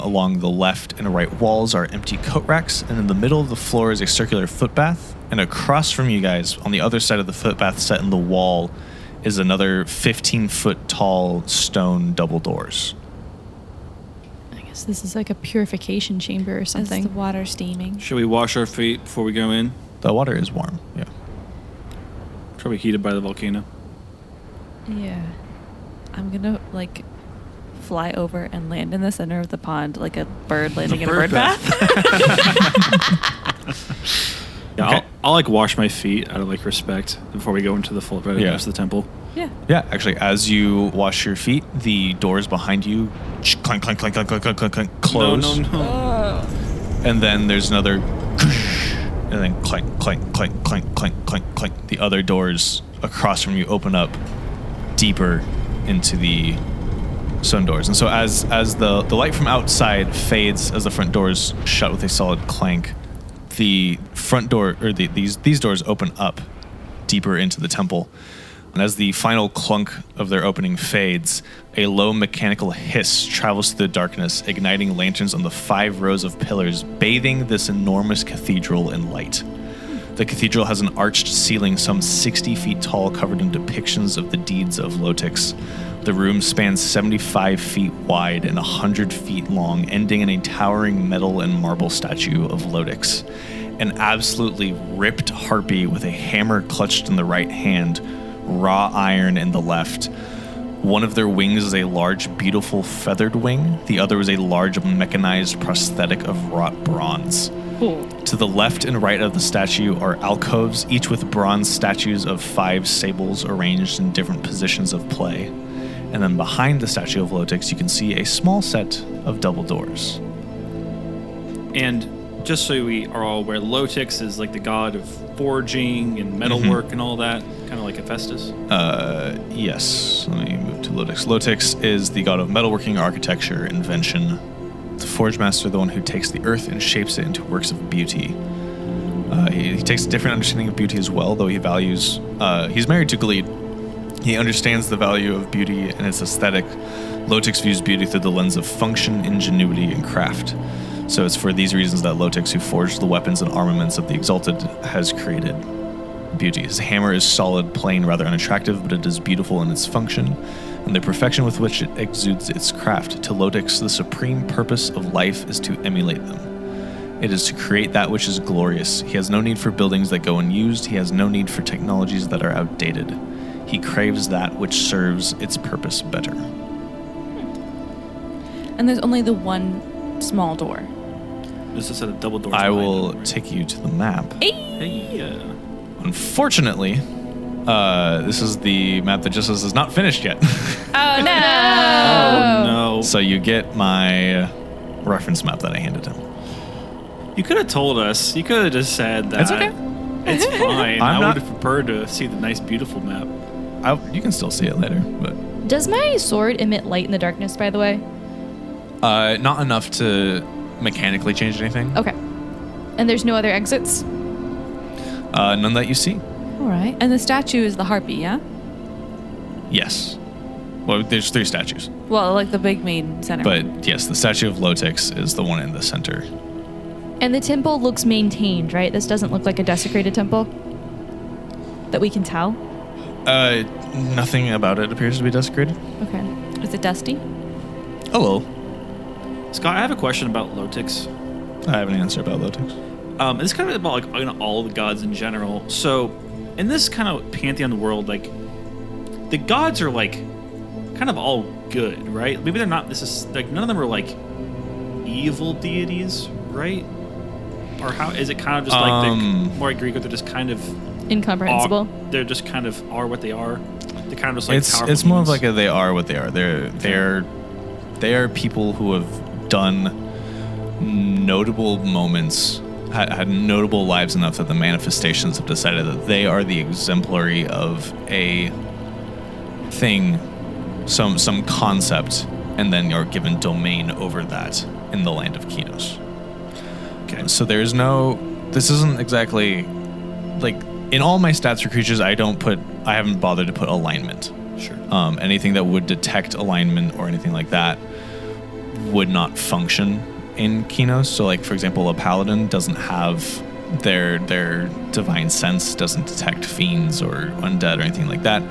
[SPEAKER 7] Along the left and right walls are empty coat racks, and in the middle of the floor is a circular footpath. And across from you guys, on the other side of the footpath, set in the wall, is another 15 foot tall stone double doors.
[SPEAKER 6] I guess this is like a purification chamber or
[SPEAKER 5] Is
[SPEAKER 6] something.
[SPEAKER 5] the water steaming?
[SPEAKER 4] Should we wash our feet before we go in?
[SPEAKER 7] The water is warm. Yeah.
[SPEAKER 4] Probably heated by the volcano.
[SPEAKER 5] Yeah. I'm gonna like fly over and land in the center of the pond like a bird landing in a bird
[SPEAKER 4] bird
[SPEAKER 5] bath.
[SPEAKER 4] Yeah,
[SPEAKER 7] Okay.
[SPEAKER 4] I'll, I'll like wash my feet out of like respect before we go into the full
[SPEAKER 7] Yeah.
[SPEAKER 4] rest of the temple.
[SPEAKER 5] yeah.
[SPEAKER 7] Yeah, actually, as you wash your feet, the doors behind you ch- clank, clank, clank, clank, clank, clank, clank, clank, close.
[SPEAKER 4] No, no, no.
[SPEAKER 7] And then there's another, and then clank, clank, clank, clank, clank, clank, clank. The other doors across from you open up deeper into the sun doors. And so as as the the light from outside fades as the front doors shut with a solid clank, the front door or the, these these doors open up deeper into the temple. And as the final clunk of their opening fades, a low mechanical hiss travels through the darkness, igniting lanterns on the five rows of pillars, bathing this enormous cathedral in light. The cathedral has an arched ceiling some 60 feet tall, covered in depictions of the deeds of Lotix. The room spans 75 feet wide and 100 feet long, ending in a towering metal and marble statue of Lotix. An absolutely ripped harpy with a hammer clutched in the right hand, raw iron in the left. One of their wings is a large, beautiful feathered wing, the other is a large, mechanized prosthetic of wrought bronze. To the left and right of the statue are alcoves, each with bronze statues of five sables arranged in different positions of play. And then behind the statue of Lotix, you can see a small set of double doors.
[SPEAKER 4] And just so we are all aware, Lotix is like the god of forging
[SPEAKER 7] Mm-hmm.
[SPEAKER 4] and metalwork and all that, kind of like Hephaestus.
[SPEAKER 7] Uh, yes, let me move to Lotix. Lotix is the god of metalworking, architecture, invention. The Forge Master, the one who takes the earth and shapes it into works of beauty. Uh, he, he takes a different understanding of beauty as well, though he values. Uh, he's married to Gleed. He understands the value of beauty and its aesthetic, Lotix views beauty through the lens of function, ingenuity, and craft. So it's for these reasons that Lotix, who forged the weapons and armaments of the Exalted, has created beauty. His hammer is solid, plain, rather unattractive, but it is beautiful in its function and the perfection with which it exudes its craft. To Lotix, the supreme purpose of life is to emulate them. It is to create that which is glorious. He has no need for buildings that go unused. He has no need for technologies that are outdated. He craves that which serves its purpose better.
[SPEAKER 5] And there's only the one small door.
[SPEAKER 4] This is a double door.
[SPEAKER 7] I will take you to the map.
[SPEAKER 4] Hey, uh, yeah.
[SPEAKER 7] Unfortunately, uh, this is the map that just says is not finished yet.
[SPEAKER 6] Oh
[SPEAKER 4] Oh,
[SPEAKER 6] no!
[SPEAKER 4] no.
[SPEAKER 7] so you get my uh, reference map that I handed him.
[SPEAKER 4] You could have told us. You could have just said that.
[SPEAKER 7] That's okay.
[SPEAKER 4] It's fine.
[SPEAKER 7] I'm
[SPEAKER 4] I
[SPEAKER 7] not-
[SPEAKER 4] would have preferred to see the nice, beautiful map.
[SPEAKER 7] I, you can still see it later, but
[SPEAKER 6] Does my sword emit light in the darkness? By the way.
[SPEAKER 7] uh, not enough to mechanically change anything.
[SPEAKER 6] Okay. And there's no other exits.
[SPEAKER 7] Uh, none that you see.
[SPEAKER 5] All right. And the statue is the harpy, yeah?
[SPEAKER 7] Yes. Well, there's three statues,
[SPEAKER 5] Well, like the big main center.
[SPEAKER 7] but yes, the statue of Lotix is the one in the center.
[SPEAKER 6] And the temple looks maintained, right? This doesn't look like a desecrated temple. That we can tell.
[SPEAKER 7] Uh, nothing about it appears to be desecrated.
[SPEAKER 6] Okay.
[SPEAKER 5] is it dusty?
[SPEAKER 7] A little.
[SPEAKER 4] Scott, I have a question about Lotix.
[SPEAKER 7] I have an answer about Lotix.
[SPEAKER 4] Um, it's kind of about like you know, all the gods in general. So, in this kind of pantheon world, like the gods are like kind of all good, right? Maybe they're not. This is like none of them are like evil deities, right? Or how is it kind of just like
[SPEAKER 7] Um.
[SPEAKER 4] they're more like Greek? They're just kind of
[SPEAKER 6] Incomprehensible.
[SPEAKER 4] are, they're just kind of are what they are. They're kind of just like
[SPEAKER 7] it's
[SPEAKER 4] powerful
[SPEAKER 7] it's more of
[SPEAKER 4] demons.
[SPEAKER 7] like a they are what they are. They're they're they are people who have done notable moments, had, had notable lives enough that the manifestations have decided that they are the exemplary of a thing, some some concept, and then are given domain over that in the land of Kinos.
[SPEAKER 4] Okay.
[SPEAKER 7] So there's no. This isn't exactly like in all my stats for creatures. I don't put. I haven't bothered to put alignment.
[SPEAKER 4] sure.
[SPEAKER 7] Um, anything that would detect alignment or anything like that would not function in Kinos. So, like for example, a paladin doesn't have their their divine sense doesn't detect fiends or undead or anything like that.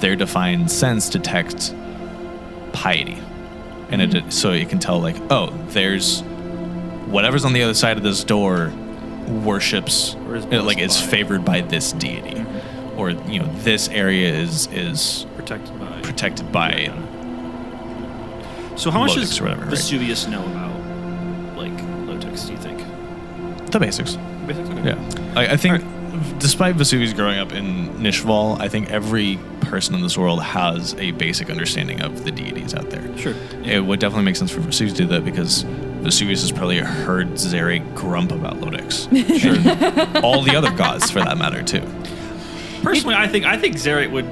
[SPEAKER 7] Their divine sense detects piety, and it
[SPEAKER 4] Mm-hmm.
[SPEAKER 7] so it can tell like, oh, there's whatever's on the other side of this door worships
[SPEAKER 4] Or is Mm-hmm.
[SPEAKER 7] like is
[SPEAKER 4] blessed by.
[SPEAKER 7] favored by this deity, or you know this area is is
[SPEAKER 4] Protected by.
[SPEAKER 7] protected by
[SPEAKER 4] so how much does
[SPEAKER 7] Lotix or whatever, right?
[SPEAKER 4] Vesuvius know about like Lotix? Do you think?
[SPEAKER 7] the basics.
[SPEAKER 4] Basically, okay.
[SPEAKER 7] Yeah, I, I think despite Vesuvius growing up in Nishval, I think every person in this world has a basic understanding of the deities out there.
[SPEAKER 4] Sure.
[SPEAKER 7] It would definitely make sense for Vesuvius to do that because Vesuvius has probably heard Zeri grump about Lodix. Sure. All the other gods, for that matter, too.
[SPEAKER 4] Personally, I think I think Zeret would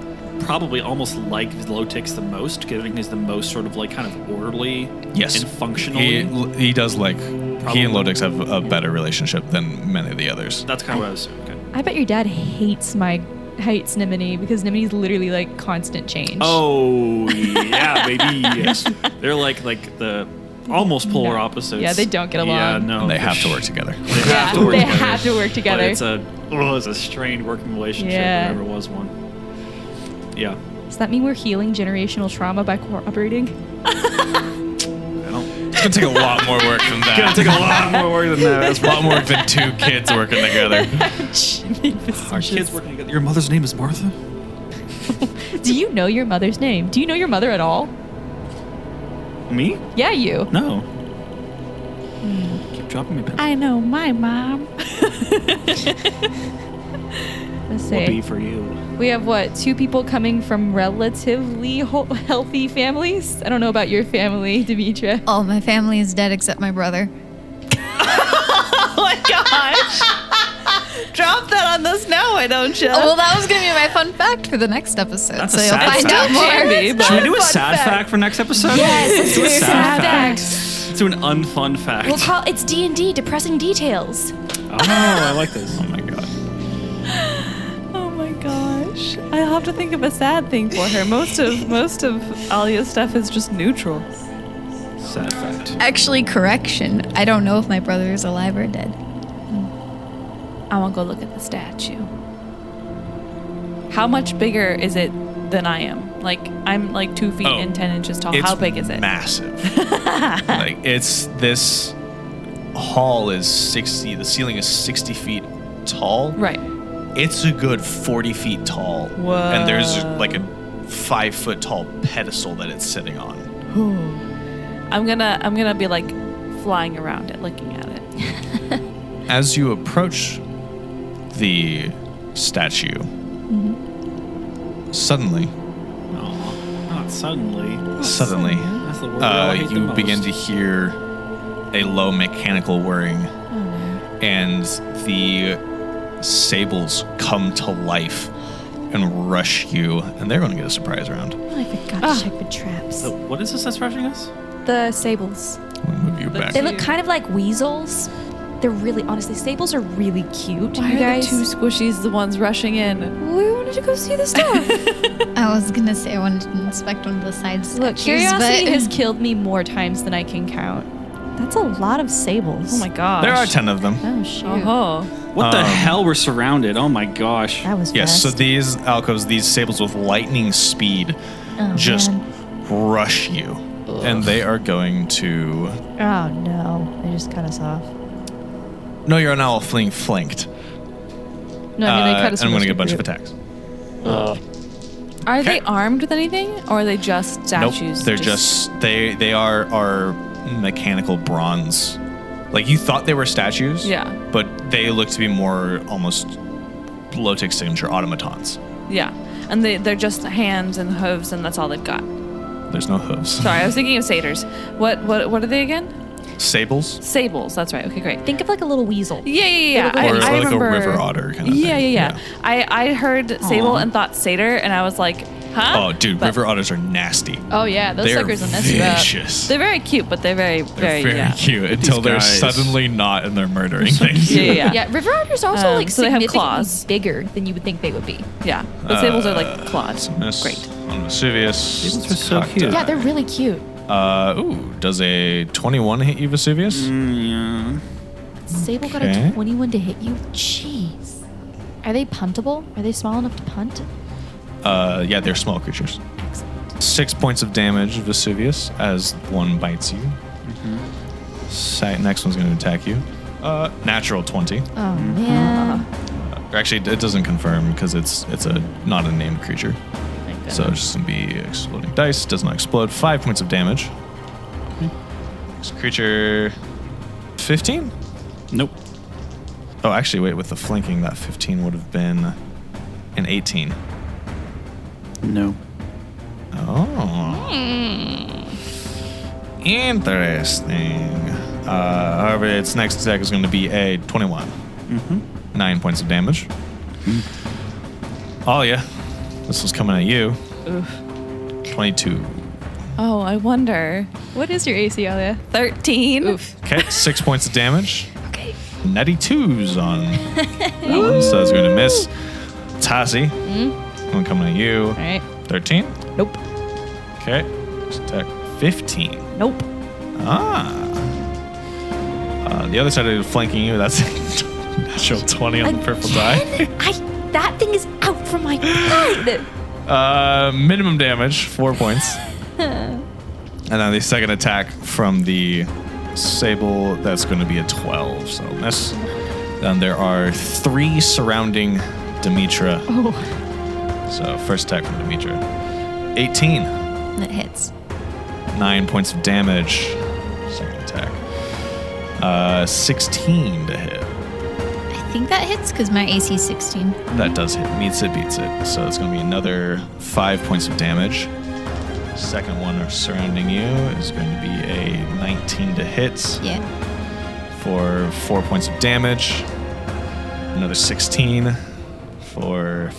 [SPEAKER 4] probably almost like Lotix the most, given he's the most sort of like kind of orderly
[SPEAKER 7] Yes.
[SPEAKER 4] and functional.
[SPEAKER 7] He, he does like, he and Lodix have a better relationship than many of the others.
[SPEAKER 4] That's kind of what I was. Okay.
[SPEAKER 6] I bet your dad hates my hates Nimini because Nimini's literally like constant change.
[SPEAKER 4] Oh yeah, baby. yes. They're like like the almost polar
[SPEAKER 6] No.
[SPEAKER 4] opposites.
[SPEAKER 6] Yeah, they don't get
[SPEAKER 4] Yeah,
[SPEAKER 6] along.
[SPEAKER 4] no.
[SPEAKER 7] and they
[SPEAKER 4] for
[SPEAKER 7] have to
[SPEAKER 4] sh-
[SPEAKER 7] work together.
[SPEAKER 4] They have to work
[SPEAKER 6] they
[SPEAKER 4] together.
[SPEAKER 6] have to work
[SPEAKER 4] But
[SPEAKER 6] together.
[SPEAKER 4] it's a oh, it's a strained working relationship.
[SPEAKER 6] Yeah.
[SPEAKER 4] There never was one. Yeah.
[SPEAKER 6] Does that mean we're healing generational trauma by cooperating?
[SPEAKER 4] I don't.
[SPEAKER 7] It's gonna take a lot more work than that.
[SPEAKER 4] Gonna take a lot more work than that.
[SPEAKER 7] That's a lot more work than two kids working together.
[SPEAKER 4] Our kids working together. Your mother's name is Martha.
[SPEAKER 6] Do you know your mother's name? Do you know your mother at all?
[SPEAKER 4] Me?
[SPEAKER 6] Yeah, you.
[SPEAKER 4] No. Keep dropping me. Pen.
[SPEAKER 5] I know my mom.
[SPEAKER 6] Let's
[SPEAKER 4] Will be
[SPEAKER 6] see.
[SPEAKER 4] for you.
[SPEAKER 6] We have what? Two people coming from relatively ho- healthy families. I don't know about your family, Demetra.
[SPEAKER 8] All my family is dead except my brother.
[SPEAKER 5] Drop that on us now, why don't you?
[SPEAKER 8] Oh, well, that was going to be my fun fact for the next episode.
[SPEAKER 4] That's
[SPEAKER 8] so
[SPEAKER 4] a
[SPEAKER 8] you'll
[SPEAKER 4] sad
[SPEAKER 8] find
[SPEAKER 4] fact.
[SPEAKER 8] out more.
[SPEAKER 4] Should we do a sad fact. for next episode? Yes, let's do a sad, fact. Let's do an unfun fact.
[SPEAKER 2] We'll call it's D and D. Depressing details.
[SPEAKER 4] oh, I like this.
[SPEAKER 7] Oh my god.
[SPEAKER 5] oh my gosh. gosh. I'll have to think of a sad thing for her. Most of most of Alia's stuff is just neutral.
[SPEAKER 4] Sad fact.
[SPEAKER 8] Actually, correction. I don't know if my brother is alive or dead.
[SPEAKER 5] I want to go look at the statue. How much bigger is it than I am? Like I'm like two feet
[SPEAKER 7] Oh.
[SPEAKER 5] and ten inches tall.
[SPEAKER 7] It's
[SPEAKER 5] How big is it?
[SPEAKER 7] Massive. like it's this hall is sixty. The ceiling is sixty feet tall.
[SPEAKER 5] Right.
[SPEAKER 7] It's a good forty feet tall. And there's like a five foot tall pedestal that it's sitting on.
[SPEAKER 5] I'm gonna I'm gonna be like flying around it, looking at it.
[SPEAKER 7] As you approach the statue,
[SPEAKER 5] Mm-hmm.
[SPEAKER 7] suddenly,
[SPEAKER 4] Not suddenly.
[SPEAKER 7] suddenly,
[SPEAKER 4] That's the word I
[SPEAKER 7] uh,
[SPEAKER 4] hate the
[SPEAKER 7] you
[SPEAKER 4] most.
[SPEAKER 7] begin to hear a low mechanical whirring, and the sables come to life and rush you, and they're going to get a surprise round.
[SPEAKER 2] I forgot to check the traps.
[SPEAKER 4] So what is this that's rushing us?
[SPEAKER 2] The sables.
[SPEAKER 7] We'll move you back.
[SPEAKER 2] They look kind of like weasels. They're really, honestly, sables are really cute.
[SPEAKER 5] Why
[SPEAKER 2] you
[SPEAKER 5] are
[SPEAKER 2] guys.
[SPEAKER 5] the two squishies the ones rushing in?
[SPEAKER 2] we wanted to go see the stuff.
[SPEAKER 8] I was gonna say I wanted to inspect one of the sides.
[SPEAKER 6] Look, curiosity has killed me more times than I can count.
[SPEAKER 2] That's a lot of sables.
[SPEAKER 5] Oh my gosh.
[SPEAKER 7] There are 10 of them.
[SPEAKER 2] Oh shoot.
[SPEAKER 5] Oh.
[SPEAKER 4] What the
[SPEAKER 7] Um,
[SPEAKER 4] hell? We're surrounded. Oh my gosh.
[SPEAKER 2] That was
[SPEAKER 7] Yes, so
[SPEAKER 2] fast.
[SPEAKER 7] these alcoves, these sables with lightning speed just rush you. And they are going to.
[SPEAKER 2] oh no, they just cut us off.
[SPEAKER 7] No, you're now all fleeing flanked.
[SPEAKER 6] No, I mean, they
[SPEAKER 7] Uh,
[SPEAKER 6] cut us
[SPEAKER 7] and
[SPEAKER 6] from
[SPEAKER 7] I'm going to
[SPEAKER 6] the
[SPEAKER 7] get a bunch
[SPEAKER 6] group.
[SPEAKER 7] of attacks.
[SPEAKER 5] Are
[SPEAKER 7] Okay.
[SPEAKER 5] they armed with anything or are they just statues?
[SPEAKER 7] Nope, they're just, they they are are mechanical bronze. Like you thought they were statues.
[SPEAKER 5] Yeah.
[SPEAKER 7] But they look to be more almost low tech signature automatons.
[SPEAKER 5] Yeah. And they, they're just hands and hooves and that's all they've got.
[SPEAKER 7] There's no hooves.
[SPEAKER 5] Sorry, I was thinking of satyrs. What what what are they again?
[SPEAKER 7] Sables
[SPEAKER 5] Sables, that's right. Okay, great.
[SPEAKER 2] Think of like a little weasel.
[SPEAKER 5] Yeah, yeah, yeah.
[SPEAKER 7] or,
[SPEAKER 5] I,
[SPEAKER 7] or
[SPEAKER 5] I
[SPEAKER 7] like
[SPEAKER 5] remember,
[SPEAKER 7] a river otter kind of
[SPEAKER 5] Yeah, yeah,
[SPEAKER 7] thing.
[SPEAKER 5] yeah, I, I heard sable and thought satyr and I was like, huh?
[SPEAKER 7] Oh, dude,
[SPEAKER 5] But
[SPEAKER 7] river otters are nasty.
[SPEAKER 6] Oh yeah, those
[SPEAKER 7] they're
[SPEAKER 6] suckers will mess you up.
[SPEAKER 7] vicious.
[SPEAKER 5] They're very cute, but they're very,
[SPEAKER 7] They're
[SPEAKER 5] very,
[SPEAKER 7] very
[SPEAKER 5] yeah.
[SPEAKER 7] cute until they're
[SPEAKER 4] guys.
[SPEAKER 7] suddenly not and they're murdering things.
[SPEAKER 5] Yeah, yeah, yeah.
[SPEAKER 6] Yeah, river otters also
[SPEAKER 5] Um,
[SPEAKER 6] like
[SPEAKER 5] so they have
[SPEAKER 6] significantly
[SPEAKER 5] claws.
[SPEAKER 6] bigger than you would think they would be.
[SPEAKER 5] yeah. But sables are
[SPEAKER 7] Uh,
[SPEAKER 5] like clawed.
[SPEAKER 7] Miss
[SPEAKER 5] Great.
[SPEAKER 7] On Vesuvius.
[SPEAKER 4] Sables are so
[SPEAKER 7] Cocked
[SPEAKER 4] cute.
[SPEAKER 7] eye.
[SPEAKER 6] Yeah, they're really cute.
[SPEAKER 7] Uh, ooh, does a 21 hit you, Vesuvius?
[SPEAKER 4] Mm,
[SPEAKER 6] Sable got
[SPEAKER 7] Okay.
[SPEAKER 6] a 21 to hit you. Jeez. Are they puntable? Are they small enough to punt?
[SPEAKER 7] Uh, yeah, they're small creatures. Six points of damage, Vesuvius, as one bites you. Sa- next one's going to attack you. Uh, natural 20.
[SPEAKER 6] Oh man.
[SPEAKER 7] Actually, it doesn't confirm because it's it's a not a named creature. So it's just gonna be exploding dice. Does not explode. Five points of damage. This creature, fifteen.
[SPEAKER 4] yeah. Nope.
[SPEAKER 7] Oh, actually, wait. With the flanking, that fifteen would have been an eighteen.
[SPEAKER 4] No.
[SPEAKER 7] Oh. Interesting. Uh, however, its next attack is going to be a 21. Nine points of damage. Oh, yeah. This was coming at you. 22.
[SPEAKER 5] Oh, I wonder.
[SPEAKER 6] What is your AC, Alia?
[SPEAKER 5] 13.
[SPEAKER 7] Okay, six points of damage. Okay. Natty twos on that one, so that's going to miss. Tassie, one coming at you.
[SPEAKER 6] All right.
[SPEAKER 7] 13.
[SPEAKER 6] Nope.
[SPEAKER 7] Okay, next attack 15.
[SPEAKER 6] Nope.
[SPEAKER 7] Ah. Uh, the other side of flanking you, that's natural 20 on the purple die.
[SPEAKER 2] I that thing is out from my head.
[SPEAKER 7] Uh, minimum damage, four points. and then the second attack from the sable, that's going to be a 12, so miss. Then there are three surrounding Demetra. Oh. So first attack from Demetra. 18.
[SPEAKER 8] It hits.
[SPEAKER 7] nine points of damage. Second attack. Uh, 16 to hit.
[SPEAKER 8] I think that hits because my AC is 16.
[SPEAKER 7] That does hit. Meets it, beats it. So it's going to be another five points of damage. Second one surrounding you is going to be a 19 to hit
[SPEAKER 8] Yeah.
[SPEAKER 7] for four points of damage. Another 16 for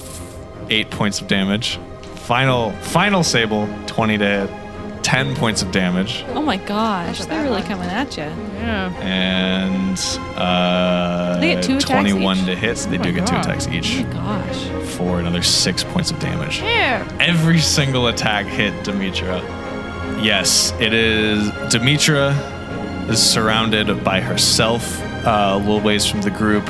[SPEAKER 7] eight points of damage. Final, final sable, 20 to hit, 10 points of damage.
[SPEAKER 5] Oh my gosh, they're really coming at you.
[SPEAKER 7] and uh,
[SPEAKER 5] They get two attacks each?
[SPEAKER 7] 21 to hit. They
[SPEAKER 5] Oh my
[SPEAKER 7] do get two
[SPEAKER 5] God.
[SPEAKER 7] attacks each
[SPEAKER 5] Gosh.
[SPEAKER 7] for another six points of damage. Every single attack hit Demetra. Yes, it is. Demetra is surrounded by herself uh, a little ways from the group.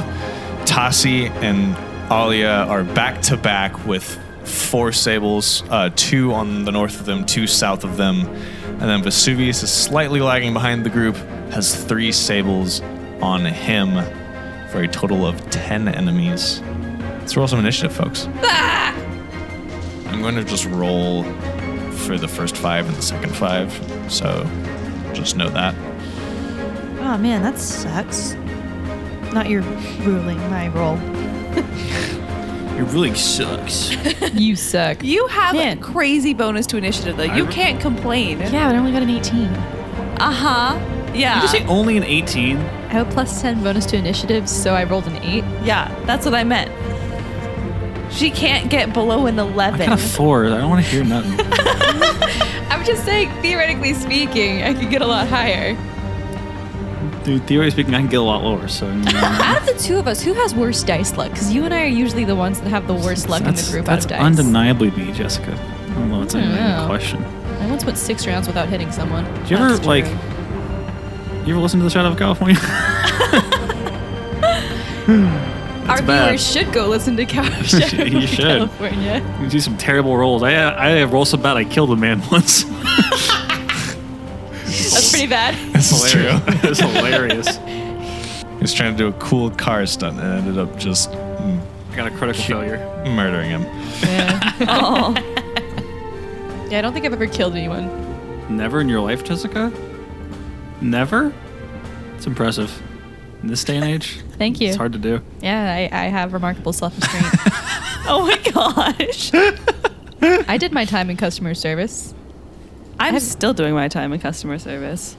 [SPEAKER 7] Tasi and Alia are back to back with four sables, uh, two on the north of them, two south of them. And then Vesuvius is slightly lagging behind the group, has three sables on him for a total of 10 enemies. Let's roll some initiative, folks. Ah! I'm going to just roll for the first five and the second five. So just know that.
[SPEAKER 5] Oh man, that sucks. Not your ruling, my roll.
[SPEAKER 4] It really sucks.
[SPEAKER 6] You suck.
[SPEAKER 5] You have
[SPEAKER 6] Man.
[SPEAKER 5] a crazy bonus to initiative though. You can't complain.
[SPEAKER 6] Yeah, but I only got an 18.
[SPEAKER 5] Uh huh. Yeah.
[SPEAKER 4] Did you say only an 18?
[SPEAKER 6] I have a plus 10 bonus to initiative, so I rolled an 8.
[SPEAKER 5] yeah, that's what I meant. She can't get below an
[SPEAKER 4] I
[SPEAKER 5] eleven.
[SPEAKER 4] got a four. I don't want to hear nothing.
[SPEAKER 6] I'm just saying, theoretically speaking, I could get a lot higher.
[SPEAKER 4] Dude, theoretically speaking, I can get a lot lower. So you know,
[SPEAKER 6] Out of the two of us, who has worse dice luck? Because you and I are usually the ones that have the worst luck in the
[SPEAKER 4] that's,
[SPEAKER 6] group
[SPEAKER 4] that's
[SPEAKER 6] out of dice.
[SPEAKER 4] undeniably me, Jessica. I don't know. It's
[SPEAKER 6] I
[SPEAKER 4] an
[SPEAKER 6] don't
[SPEAKER 4] even
[SPEAKER 6] know.
[SPEAKER 4] question.
[SPEAKER 6] I once went six rounds without hitting someone.
[SPEAKER 4] Do you ever
[SPEAKER 6] That's
[SPEAKER 4] like?
[SPEAKER 6] true.
[SPEAKER 4] You ever listen to the Shadow of California?
[SPEAKER 6] Our
[SPEAKER 4] bad.
[SPEAKER 6] viewers should go listen to Cow Shadow from
[SPEAKER 4] You should.
[SPEAKER 6] California.
[SPEAKER 4] you do some terrible rolls. I I rolled so bad I killed a man once.
[SPEAKER 6] That's pretty bad.
[SPEAKER 7] This is
[SPEAKER 4] Hilarious. it's hilarious.
[SPEAKER 7] He was trying to do a cool car stunt and ended up just m-
[SPEAKER 4] I got a critical failure.
[SPEAKER 7] murdering him.
[SPEAKER 5] Oh.
[SPEAKER 6] Yeah, I don't think I've ever killed anyone.
[SPEAKER 4] Never in your life, Jessica. Never. It's impressive. In this day and age,
[SPEAKER 6] Thank you.
[SPEAKER 4] it's hard to do.
[SPEAKER 6] Yeah, I, I have remarkable self-restraint.
[SPEAKER 5] oh my gosh.
[SPEAKER 6] I did my time in customer service.
[SPEAKER 5] I'm still doing my time in customer service.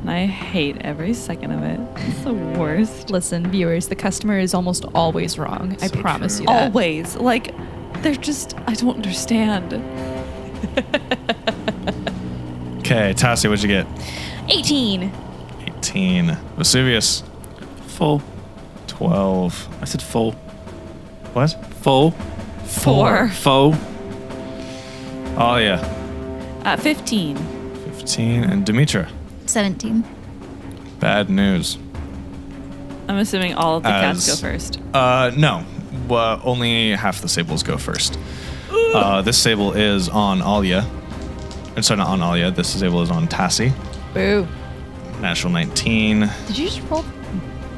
[SPEAKER 5] And I hate every second of it. It's the worst.
[SPEAKER 6] Listen, viewers, the customer is almost always wrong. I promise you that.
[SPEAKER 5] Always. Like, they're just, I don't understand.
[SPEAKER 7] Okay, Tassi, what'd you get?
[SPEAKER 6] 18.
[SPEAKER 7] 18. Vesuvius,
[SPEAKER 4] Full.
[SPEAKER 7] 12.
[SPEAKER 4] I said full.
[SPEAKER 7] What?
[SPEAKER 4] Full.
[SPEAKER 5] Four.
[SPEAKER 4] Full.
[SPEAKER 7] Oh, yeah.
[SPEAKER 5] At 15.
[SPEAKER 7] 15. And Demetra,
[SPEAKER 8] 17.
[SPEAKER 7] bad news.
[SPEAKER 5] I'm assuming all of the cats go
[SPEAKER 7] As-
[SPEAKER 5] first.
[SPEAKER 7] Uh, no. Well, only half the sables go first. Uh, this sable is on Alia. I'm sorry, not on Alia. This sable is on Tassi.
[SPEAKER 6] Boo.
[SPEAKER 7] Natural 19
[SPEAKER 6] Did you just roll?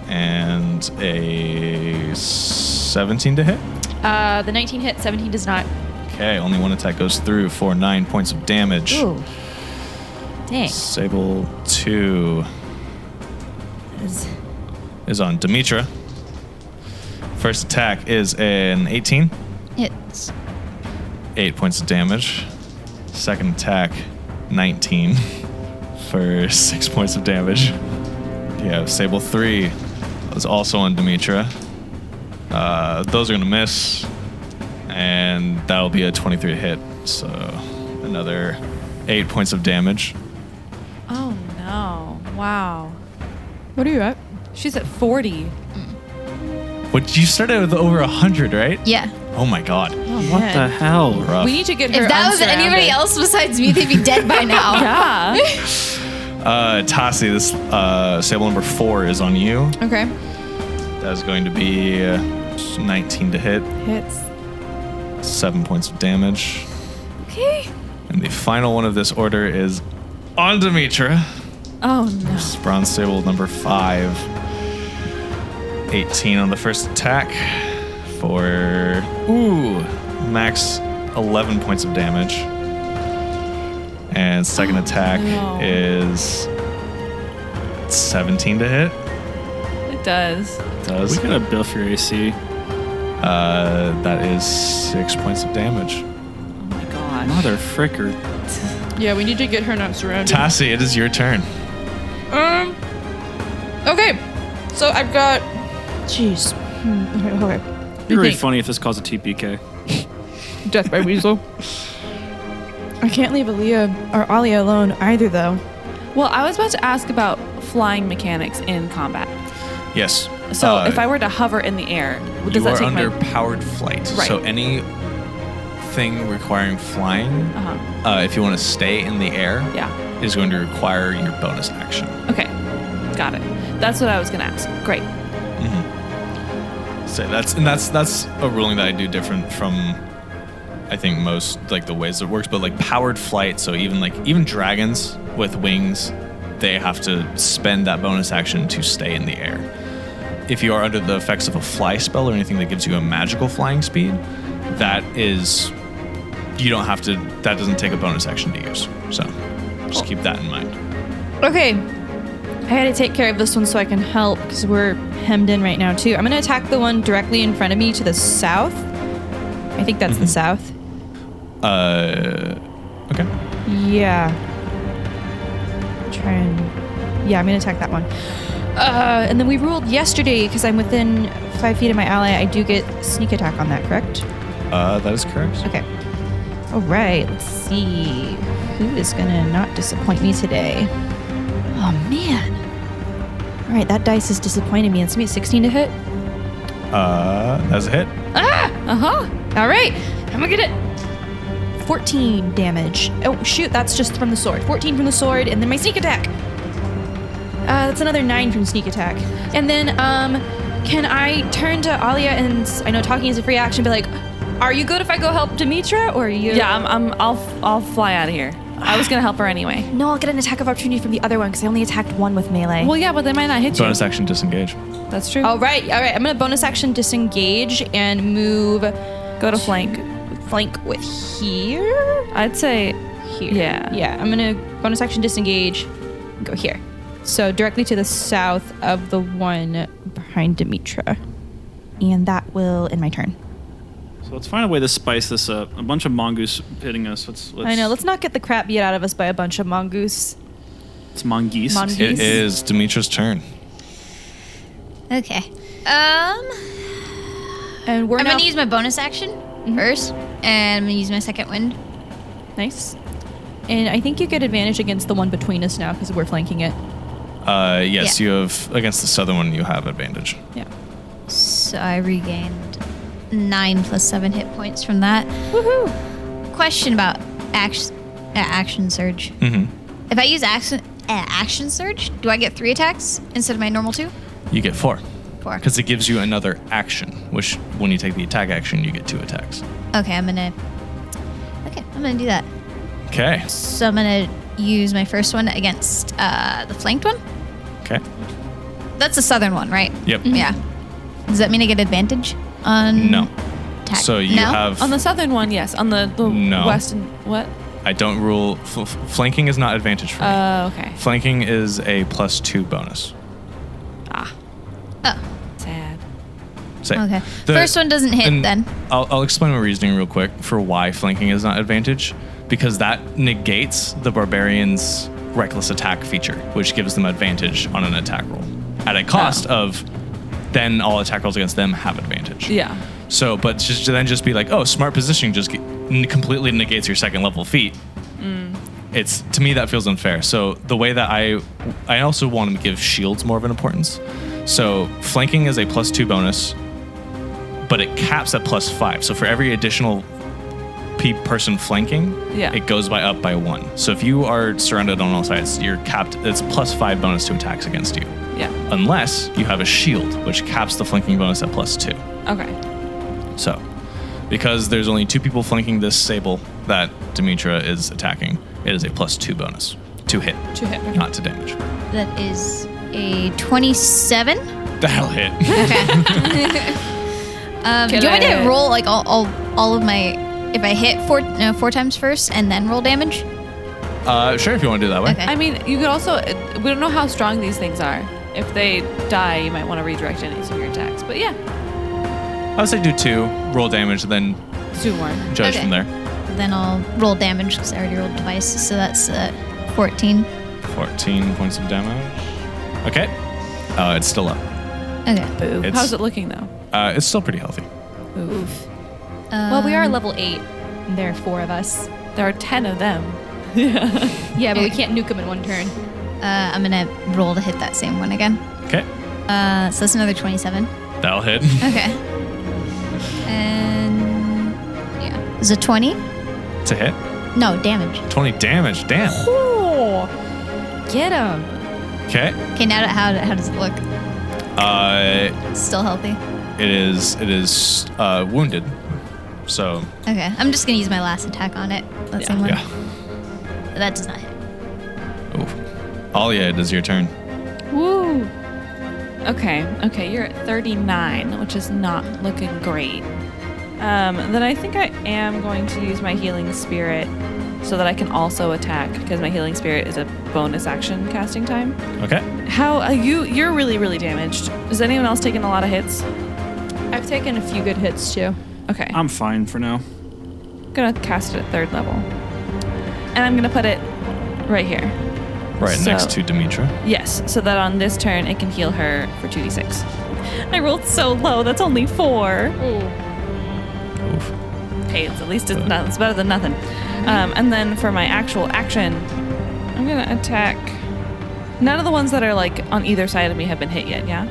[SPEAKER 7] and a 17 to hit.
[SPEAKER 6] Uh, the 19 hit, 17 does not.
[SPEAKER 7] Okay, only one attack goes through for nine points of damage.
[SPEAKER 6] Dang.
[SPEAKER 7] Sable 2 is on Demetra. First attack is an 18.
[SPEAKER 8] Hits.
[SPEAKER 7] eight points of damage. Second attack, 19 for six points of damage. Yeah, Sable 3 was also on Demetra. Uh, those are going to miss, and that'll be a 23 hit. So another eight points of damage.
[SPEAKER 5] Oh no. Wow.
[SPEAKER 6] What are you at?
[SPEAKER 5] She's at 40.
[SPEAKER 7] But you started with over 100, right?
[SPEAKER 8] Yeah.
[SPEAKER 7] Oh my god.
[SPEAKER 4] What the hell?
[SPEAKER 7] Rough.
[SPEAKER 5] We need to get her
[SPEAKER 8] If that was anybody
[SPEAKER 5] unsurrounded.
[SPEAKER 8] else besides me, they'd be dead by now.
[SPEAKER 5] Yeah.
[SPEAKER 7] Uh, Tassi, this uh, Sable number 4 is on you.
[SPEAKER 6] Okay.
[SPEAKER 7] That's going to be uh, 19 to hit.
[SPEAKER 5] Hits.
[SPEAKER 7] seven points of damage.
[SPEAKER 8] Okay.
[SPEAKER 7] And the final one of this order is on Demetra.
[SPEAKER 5] Oh no.
[SPEAKER 7] This is Bronze Sable number five. 18 on the first attack for, ooh, max 11 points of damage. And second attack
[SPEAKER 5] Oh, no.
[SPEAKER 7] is 17 to hit.
[SPEAKER 5] It does. Oh,
[SPEAKER 7] Does.
[SPEAKER 4] We got a buff your AC.
[SPEAKER 7] Uh, that is six points of damage.
[SPEAKER 5] Oh my gosh.
[SPEAKER 4] Mother fricker.
[SPEAKER 2] Yeah, we need to get her not surrounded.
[SPEAKER 7] Tassi, it is your turn.
[SPEAKER 2] Um. Okay. So I've got. Jeez. Hmm.
[SPEAKER 4] It'd be really funny if this caused a TPK.
[SPEAKER 2] Death by Weasel. I can't leave Aaliyah or Alia alone either, though.
[SPEAKER 5] Well, I was about to ask about flying mechanics in combat.
[SPEAKER 7] Yes.
[SPEAKER 5] So
[SPEAKER 7] Uh,
[SPEAKER 5] if I were to hover in the air, does
[SPEAKER 7] you
[SPEAKER 5] that
[SPEAKER 7] are
[SPEAKER 5] take
[SPEAKER 7] under
[SPEAKER 5] my?
[SPEAKER 7] powered flight.
[SPEAKER 5] Right.
[SPEAKER 7] So any thing requiring flying,
[SPEAKER 5] Uh-huh.
[SPEAKER 7] uh, if you want to stay in the air,
[SPEAKER 5] Yeah.
[SPEAKER 7] is going to require your bonus action.
[SPEAKER 5] Okay. Got it. That's what I was gonna ask. Great.
[SPEAKER 7] So that's and that's that's a ruling that I do different from I think most like the ways it works, but like powered flight, so even like even dragons with wings, they have to spend that bonus action to stay in the air. If you are under the effects of a fly spell or anything that gives you a magical flying speed, that is you don't have to that doesn't take a bonus action to use. So just keep that in mind.
[SPEAKER 6] Okay. I gotta take care of this one so I can help because we're hemmed in right now too. I'm gonna attack the one directly in front of me to the south. I think that's the south.
[SPEAKER 7] Uh okay.
[SPEAKER 6] Yeah. Try and yeah, I'm gonna attack that one. Uh, and then we ruled yesterday because I'm within five feet of my ally. I do get sneak attack on that, correct?
[SPEAKER 7] Uh that is correct.
[SPEAKER 6] Okay. All right. Let's see who is gonna not disappoint me today. Oh man. All right, that dice is disappointing me. It's gonna be a 16 to hit.
[SPEAKER 7] Uh that's a hit.
[SPEAKER 6] Ah! Uh huh. All right. I'm gonna get it. 14 damage. Oh, shoot. That's just from the sword. 14 from the sword, and then my sneak attack. Uh, that's another 9 from sneak attack. And then, um, can I turn to Alia and s- I know talking is a free action, be like, are you good if I go help Demetra, or are you?
[SPEAKER 5] Yeah. I'm. I'm I'll. I'll fly out of here. I was gonna help her anyway.
[SPEAKER 6] No, I'll get an attack of opportunity from the other one because I only attacked one with melee.
[SPEAKER 5] Well, yeah, but they might not hit you.
[SPEAKER 7] Bonus action disengage.
[SPEAKER 5] That's true.
[SPEAKER 2] Oh.
[SPEAKER 6] all right, all right. I'm gonna bonus action disengage and move
[SPEAKER 5] Go to flank.
[SPEAKER 6] flank with here.
[SPEAKER 5] I'd say.
[SPEAKER 6] here.
[SPEAKER 5] Yeah.
[SPEAKER 6] Yeah, I'm gonna bonus action disengage, and go here. So directly to the south of the one behind Demetra. And that will end my turn.
[SPEAKER 4] So let's find a way to spice this up. A bunch of mongoose hitting us. Let's. let's
[SPEAKER 6] I know, let's not get the crap beat out of us by a bunch of mongoose.
[SPEAKER 4] It's mongoose.
[SPEAKER 6] Mongoose.
[SPEAKER 7] It
[SPEAKER 6] Yes.
[SPEAKER 7] is Demetra's turn.
[SPEAKER 8] Okay. Um,
[SPEAKER 6] And we're
[SPEAKER 8] I'm
[SPEAKER 6] not
[SPEAKER 8] gonna use my bonus action first, and I'm gonna use my second wind.
[SPEAKER 6] nice. And I think you get advantage against the one between us now because we're flanking it.
[SPEAKER 7] Uh, yes,
[SPEAKER 8] Yeah.
[SPEAKER 7] you have against the southern one. You have advantage.
[SPEAKER 6] Yeah.
[SPEAKER 8] So I regained nine plus seven hit points from that.
[SPEAKER 6] Woohoo!
[SPEAKER 8] Question about action, uh, action surge.
[SPEAKER 7] Mm-hmm.
[SPEAKER 8] If I use action, uh, action surge, do I get three attacks instead of my normal two?
[SPEAKER 7] You get four
[SPEAKER 8] Four.
[SPEAKER 7] because it gives you another action, which when you take the attack action, you get two attacks.
[SPEAKER 8] Okay, I'm gonna. Okay, I'm gonna do that.
[SPEAKER 7] Okay.
[SPEAKER 8] So I'm gonna use my first one against uh, the flanked one.
[SPEAKER 7] Okay.
[SPEAKER 8] That's the southern one, right?
[SPEAKER 7] Yep.
[SPEAKER 6] Mm-hmm.
[SPEAKER 8] Yeah. Does that mean I get advantage on?
[SPEAKER 7] No.
[SPEAKER 8] Attack?
[SPEAKER 7] So you
[SPEAKER 8] No?
[SPEAKER 7] have.
[SPEAKER 5] On the southern one, yes. On the the
[SPEAKER 7] No.
[SPEAKER 5] western. What?
[SPEAKER 7] I don't rule. Fl- fl- flanking is not advantage for me.
[SPEAKER 5] Uh, okay.
[SPEAKER 7] flanking is a plus two bonus.
[SPEAKER 8] Oh.
[SPEAKER 5] Sad.
[SPEAKER 7] Say.
[SPEAKER 8] Okay. First one doesn't hit
[SPEAKER 7] and
[SPEAKER 8] then.
[SPEAKER 7] I'll, I'll explain my reasoning real quick for why flanking is not advantage, because that negates the barbarian's reckless attack feature, which gives them advantage on an attack roll at a cost of then all attack rolls against them have advantage.
[SPEAKER 5] Yeah.
[SPEAKER 7] So, but just to then just be like, oh, smart positioning just ge- n- completely negates your second level feat. It's to me that feels unfair. So the way that I, I also want to give shields more of an importance. So flanking is a plus two bonus, but it caps at plus five. So for every additional pe- person flanking,
[SPEAKER 5] Yeah.
[SPEAKER 7] it goes by up by one. So if you are surrounded on all sides, you're capped. It's plus five bonus to attacks against you,
[SPEAKER 5] Yeah.
[SPEAKER 7] unless you have a shield, which caps the flanking bonus at plus two.
[SPEAKER 5] Okay.
[SPEAKER 7] So, because there's only two people flanking this sable that Demetra is attacking, it is a plus two bonus to hit,
[SPEAKER 5] To hit.
[SPEAKER 7] not to damage.
[SPEAKER 8] That is a 27.
[SPEAKER 7] That'll hit.
[SPEAKER 8] Um, do you want me to roll like all, all, all of my. If I hit four no, four times first and then roll damage?
[SPEAKER 7] uh, sure, if you want to do it that way.
[SPEAKER 8] Okay.
[SPEAKER 5] I mean, you could also. We don't know how strong these things are. If they die, you might want to redirect any of your attacks. But yeah,
[SPEAKER 7] I would say do two, roll damage, and then
[SPEAKER 5] let's do one.
[SPEAKER 7] judge
[SPEAKER 8] Okay.
[SPEAKER 7] from there.
[SPEAKER 8] Then I'll roll damage because I already rolled twice. So that's uh, 14.
[SPEAKER 7] 14 points of damage. Okay. Uh, it's still up.
[SPEAKER 8] Okay.
[SPEAKER 7] It's,
[SPEAKER 5] How's it looking though?
[SPEAKER 7] Uh, it's still pretty healthy.
[SPEAKER 5] Oof.
[SPEAKER 6] well, we
[SPEAKER 8] Um,
[SPEAKER 6] are level 8. And there are four of us.
[SPEAKER 5] Um, There are ten of them.
[SPEAKER 6] Yeah, but we can't nuke them in one turn.
[SPEAKER 8] Uh, I'm going to roll to hit that same one again.
[SPEAKER 7] Okay.
[SPEAKER 8] Uh, so that's another 27.
[SPEAKER 7] That'll hit.
[SPEAKER 8] Okay. And yeah, is it 20?
[SPEAKER 7] It's a hit.
[SPEAKER 8] No damage.
[SPEAKER 7] 20 damage. Damn.
[SPEAKER 2] Get him.
[SPEAKER 7] Okay.
[SPEAKER 8] Okay, now how how does it look?
[SPEAKER 7] Uh,
[SPEAKER 8] Still healthy.
[SPEAKER 7] it is it is uh, wounded. So
[SPEAKER 8] Okay, I'm just gonna use my last attack on it. That same one.
[SPEAKER 7] yeah.
[SPEAKER 8] That does not hit.
[SPEAKER 7] Oh. Alia, it is your turn.
[SPEAKER 5] Woo. Okay, okay, you're at 39, which is not looking great. Um, then I think I am going to use my healing spirit so that I can also attack because my healing spirit is a bonus action casting time.
[SPEAKER 7] Okay.
[SPEAKER 5] How are you? You're really, really damaged. Is anyone else taking a lot of hits?
[SPEAKER 6] I've taken a few good hits too.
[SPEAKER 5] Okay, I'm
[SPEAKER 4] I'm fine for now.
[SPEAKER 5] gonna cast it at third level, and I'm gonna put it right here.
[SPEAKER 7] Right
[SPEAKER 5] So-
[SPEAKER 7] next to Demetra.
[SPEAKER 5] Yes, so that on this turn it can heal her for 2d6. I rolled so low, that's only four.
[SPEAKER 7] Oof.
[SPEAKER 5] Hey, it's at least it's, not, it's better than nothing. Um, and then for my actual action, I'm gonna attack. None of the ones that are like on either side of me have been hit yet, yeah?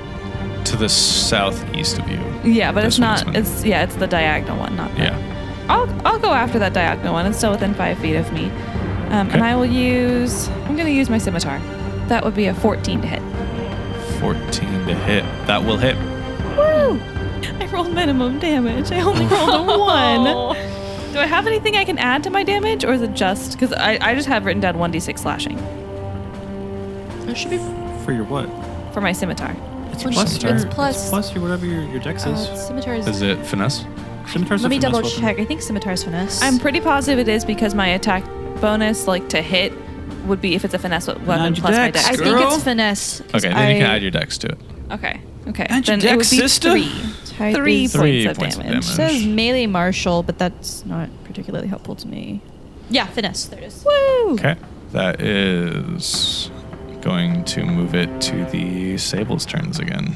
[SPEAKER 7] To the southeast of you.
[SPEAKER 5] Yeah, but it's
[SPEAKER 7] This one's
[SPEAKER 5] not.
[SPEAKER 7] been-
[SPEAKER 5] It's yeah, it's the diagonal one, not the
[SPEAKER 7] Yeah.
[SPEAKER 5] I'll, I'll go after that diagonal one. It's still within five feet of me. Um,
[SPEAKER 7] Okay.
[SPEAKER 5] And I will use. I'm going to use my scimitar. That would be a 14 to hit.
[SPEAKER 7] 14 to hit. That will hit.
[SPEAKER 5] I rolled minimum damage. I only rolled a one. Do I have anything I can add to my damage, or is it just. Because I, I just have written down 1d6 slashing
[SPEAKER 6] That should be
[SPEAKER 4] For your what?
[SPEAKER 5] for my scimitar.
[SPEAKER 4] It's
[SPEAKER 6] Well, plus it's your- it's plus-
[SPEAKER 4] It's plus your whatever your, your dex is.
[SPEAKER 6] uh, scimitar's.
[SPEAKER 7] Is it finesse?
[SPEAKER 4] Scimitar's
[SPEAKER 2] Let
[SPEAKER 4] a
[SPEAKER 2] me
[SPEAKER 4] finesse
[SPEAKER 2] double
[SPEAKER 4] weapon.
[SPEAKER 2] check. I think scimitar's finesse.
[SPEAKER 5] I'm pretty positive it is because my attack bonus, like to hit, would be if it's a finesse weapon
[SPEAKER 4] Add your
[SPEAKER 5] plus my
[SPEAKER 4] dex,
[SPEAKER 5] dex.
[SPEAKER 2] I think it's finesse. 'cause
[SPEAKER 7] Okay, then you can
[SPEAKER 2] I-
[SPEAKER 7] add your dex to it.
[SPEAKER 5] Okay. Okay.
[SPEAKER 4] Add your
[SPEAKER 5] then it would
[SPEAKER 4] dex,
[SPEAKER 5] be
[SPEAKER 4] sister.
[SPEAKER 5] three.
[SPEAKER 2] type
[SPEAKER 5] Three,
[SPEAKER 2] is-
[SPEAKER 7] Three
[SPEAKER 5] points,
[SPEAKER 7] points of
[SPEAKER 5] of damage.
[SPEAKER 7] damage.
[SPEAKER 2] says melee martial, but that's not particularly helpful to me.
[SPEAKER 6] yeah, finesse. There it is.
[SPEAKER 2] Woo!
[SPEAKER 7] Okay. That is going to move it to the Sable's turns again.